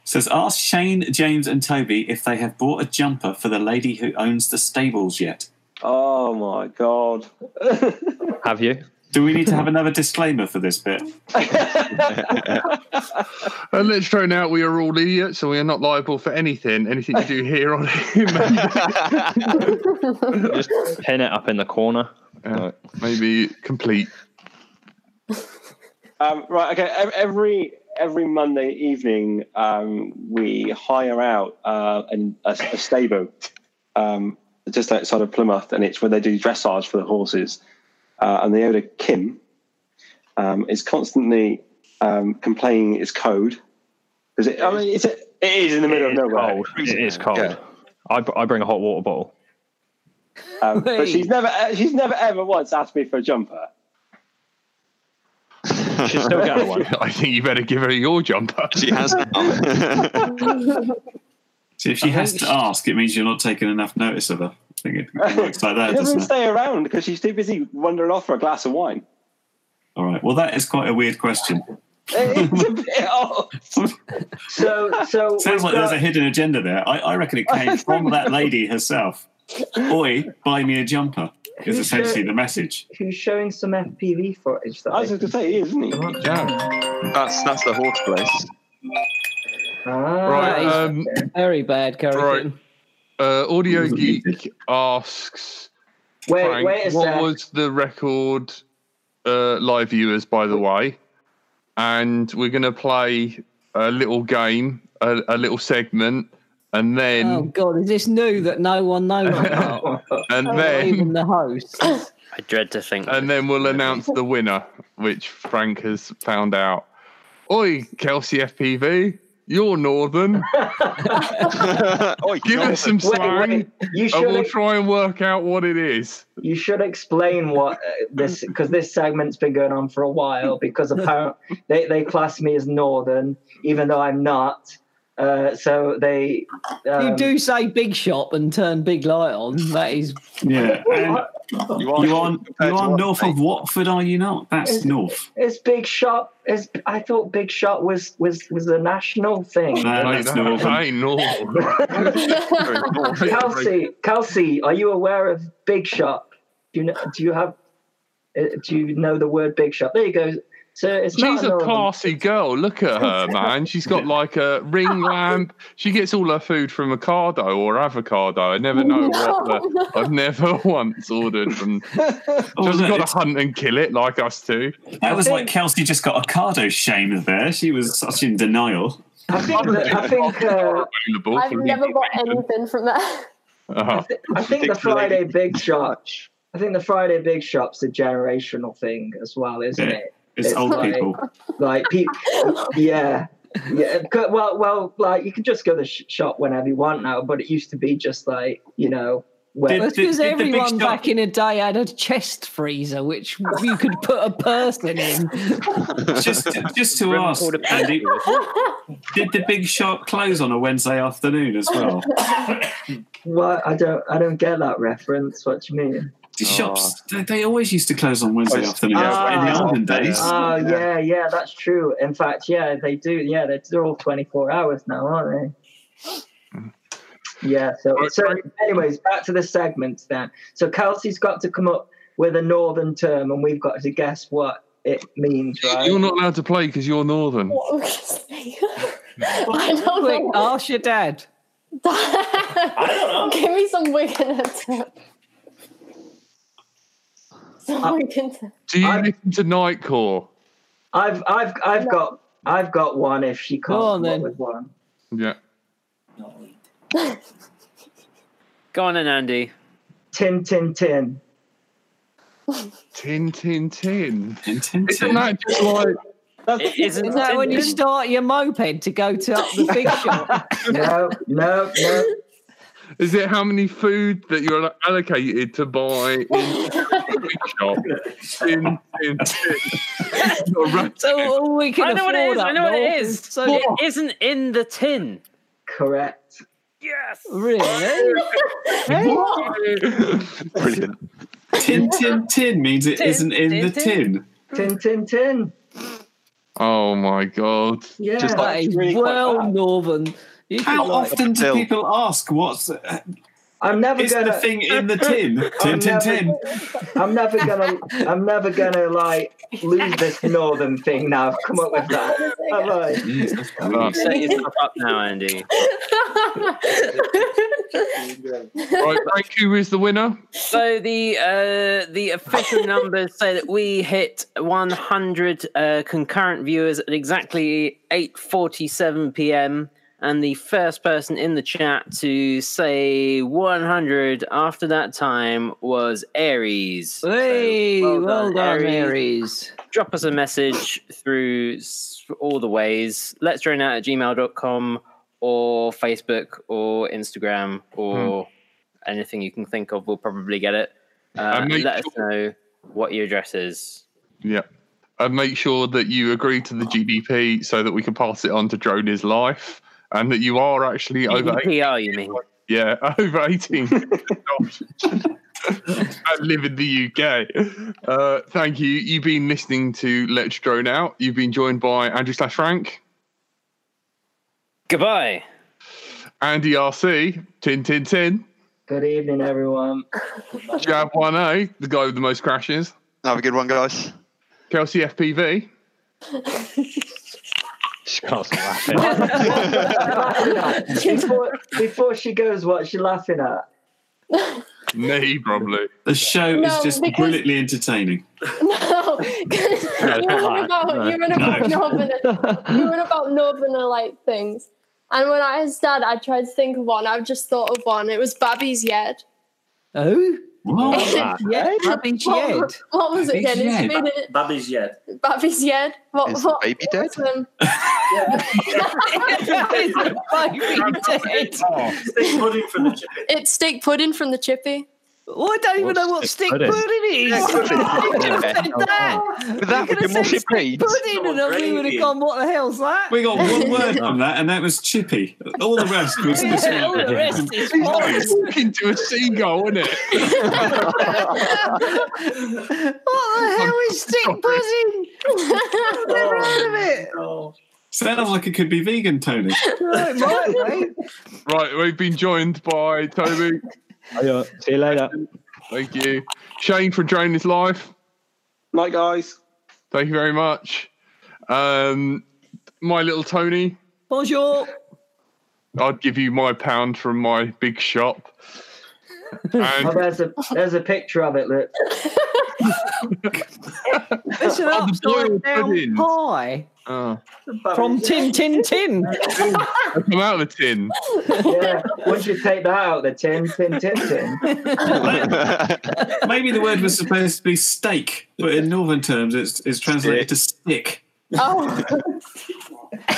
Says, ask Shane, James, and Toby if they have bought a jumper for the lady who owns the stables yet.
Oh my god!
Have you?
Do we need to have another disclaimer for this bit?
And Uh, let's throw out we are all idiots and we are not liable for anything. Anything
[laughs]
you do here on
Just pin it up in the corner.
Maybe complete.
Um, right. Okay. ev- Every every Monday evening, um, we hire out uh, an, a, a stable um, just outside of Plymouth, and it's where they do dressage for the horses. Uh, and the owner Kim um, is constantly um, complaining it's cold because I mean it's a, it is in the middle of nowhere.
Cold. It is cold. I, br- I bring a hot water bottle.
Um, but she's never she's never ever once asked me for a jumper.
She's still got one.
[laughs] I think you better give her your jumper.
She has
[laughs]
now.
So if she has to ask, it means you're not taking enough notice of her. I think it
[laughs]
works like that,
she doesn't
doesn't it?
stay around because she's too busy wandering off for a glass of wine.
All right. Well, that is quite a weird question.
It's a bit odd.
[laughs]
So, so
Sounds like there's a hidden agenda there. I, I reckon it came from that lady herself. Oi, buy me a jumper is essentially the message.
who's showing some FPV footage. That
I was going to say, isn't he?
That's that's the horse place.
Right,
he's
um,
very bad
Right.
curriculum.
Uh, Audio Geek asks.
Wait,
Frank,
wait a
what
sec.
was the record uh, live viewers, by the way? And we're going to play a little game, a, a little segment, and then
Oh god, is this new that no one knows about?
[laughs]
Oh.
and
Not
then
even the host.
[laughs]
I dread to think.
and then we'll announce the winner, which Frank has found out. Oi, Kelsey FPV,
[laughs]
you're Northern. [laughs]
Oi,
Give us some
Wait,
slang,
wait, you
and
should
we'll
ex-
try and work out what it is.
you should explain what uh, this because this segment's been going on for a while
[laughs]
because apparently they, they class me as northern even though I'm not. Uh, so they um,
you do say big shop and turn big light on. That is
Yeah. And
You are
you are,
compared
you
to
are
what,
north
mate?
of Watford, are you not? That's north.
It's Big Shot. It's I thought Big Shot was was was a national thing.
No,
Like
that's
that.
northern.
I ain't Northern.
Very north.
[laughs] Kelsey, Kelsey, are you aware of Big Shot? Do you know, do you have uh, do you know the word Big Shot? There you go. So it's
She's
not
a
northern-
classy girl. Look
[laughs]
at her, man. She's got like a ring lamp. She gets all her food from Ocado or avocado. I never know
[laughs]
what the, I've never [laughs] once ordered from.
Oh, look,
She's got to
it's-
hunt and kill it like us two.
that was like Kelsey just got a cardo shame there. She was such in denial.
I think that, I think uh,
Available
I've
for
never
easy
got
reason.
anything from that. [laughs]
Uh-huh.
I think the
Ridiculous.
Friday Big Shot. I think the Friday Big Shop's a generational thing as well, isn't
Yeah.
it?
It's,
It's
old
like-
people.
Like people, yeah. Yeah, c- well, well, like you can just go to the sh- shop whenever you want now, but it used to be just like you know, where
Did-
That's because
did the big shop-
everyone back in a day had a chest freezer which you could put a person in.
just, just to
Room
ask,
called a
Andy, did the big shop close on a Wednesday afternoon as
[laughs]
well?
Well, I don't, I don't get that reference. What do you mean?
The shops, they, they always used to close on Wednesday
Oh,
afternoon in
yeah,
the
yeah.
olden
Yeah.
days.
Oh, yeah, yeah, that's true. In fact, yeah, they do. Yeah, they're, they're all twenty four hours now, aren't
Hmm.
they? Yeah. So, so, anyways, back to the segments then. So Kelsey's got to come up with a northern term, and we've got to guess what it means, right?
You're not allowed to play because you're Northern.
What was I saying? [laughs] I don't
Quick,
know.
ask your dad.
Give me some Wigan attempt. Some Wigan attempt.
Do you
I-
listen to Nightcore?
I've, I've, I've got, I've got one. If she can't
Go on,
come
then.
up with one,
Yeah.
[laughs] Go on, and Andy.
tin, tin, tin.
Tin, tin, tin.
In Tintin.
Isn't that just like
It isn't.
Is that when you
Tintin.
start your moped to go to up the big
[laughs]
shop?
No, no, no.
Is it how many food that you're allocated to buy in
[laughs]
the big shop? Tin, tin, tin. You're right.
So all we can
I know what it
afford
is. I
up
know what
north
it is.
So
It isn't in the tin.
Correct.
Yes.
[laughs]
really,
Brilliant.
Tin tin tin means it
Tin,
not in
tin,
the
tin.
tin.
Tin, tin, tin.
Oh my god!
Yeah, that is well northern. You
How
could, like-
often do people ask what's? Uh,
I'm never
is
gonna-
the thing in
[laughs]
[laughs]
the tin. tin, tin, tin.
I'm never gonna. I'm never gonna like lose this northern thing. Now I've come up with that. Have I?
You've set yourself up now,
[laughs]
Andy.
Ah,
[laughs]
right, thank you. Is the winner?
So the uh, the official numbers say that we hit 100 uh, concurrent viewers at exactly 8:47 p.m. And the first person in the chat to say 100 after that time was Aries.
Hey, well done, Aries.
Drop us a message through s- all the ways. Let's join out at gmail.com or Facebook or Instagram or
Hmm.
anything you can think of, we'll probably get it. Uh,
And make
let us know what your address is.
Yeah. And make sure that you agree to the GDP so that we can pass it on to Drone is Life, and that you are actually over. 18.
GDPR, you mean?
Yeah, over eighteen.
[laughs]
[laughs] I live in the UK. Uh, thank you. You've been listening to Let's Drone Out. You've been joined by Andrew slash Frank,
Goodbye.
Andy RC, Tin Tin Tin,
Good evening,
[laughs]
everyone.
Jab One A, the guy with the most crashes.
Have a good one, guys.
Kelsey FPV.
She can't stop
before, before she goes, what's she laughing at?
Me, probably.
The show
No,
is just
because-
brilliantly entertaining.
[laughs] No, 'cause you were about you were about
No.
northerner, you were about northerner like things. And when I was dad, I tried to think of one. I've just thought of one. It was Babby's Yed.
Oh,
What?
yeah, Babby's Yed.
What, what was it again? It's been it.
Babby's yet.
Babby's Yed. What?
Is
what
baby
dead?
[laughs]
Steak pudding from the chippy.
it's steak pudding from the chippy.
Well, Oh, I don't even know what stick pudding, is.
Yeah,
You [laughs]
pudding.
just said that.
That would be more
Stick pudding, and then we would have gone, "What the hell's that?"
We got one
[laughs]
word on that, [laughs] and that was chippy. All the rest was
Yeah, all the rest is bollocks.
talking to a seagull, isn't it?
What the hell is stick pudding?
[laughs]
I've never heard of it.
Oh, Sounds like it could be vegan, Tony.
No, it might, mate.
Right, we've been joined by Toby.
See you later.
Thank you. Shane from Drone is Life.
Night, guys.
Thank you very much. Um, my little Tony,
Bonjour.
I'd give you my pound from my big shop.
Um,
Oh,
And
there's a there's a picture of it. Look,
It's an
Oh, the
upside
boiled
down
pudding.
pie
oh,
[laughs]
from Tin Tin Tin.
I come out of the tin.
yeah. Once you take that out, the tin, tin, tin, tin.
[laughs]
Maybe the word was supposed to be steak, but in northern terms, it's, it's translated to stick.
Oh,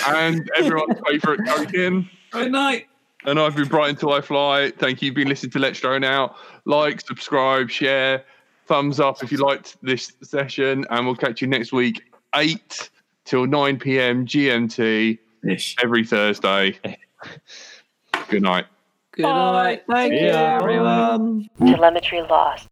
And everyone's favourite token.
Good night.
And I've been Bright until I fly. Thank you. You've been listening to Let's Drone Out. Like, subscribe, share, thumbs up if you liked this session. And we'll catch you next week, 8 till 9 p.m. GMT
Ish.
every
[laughs]
Thursday. Good night.
Good night. Thank you,
Yeah.
everyone.
Telemetry lost.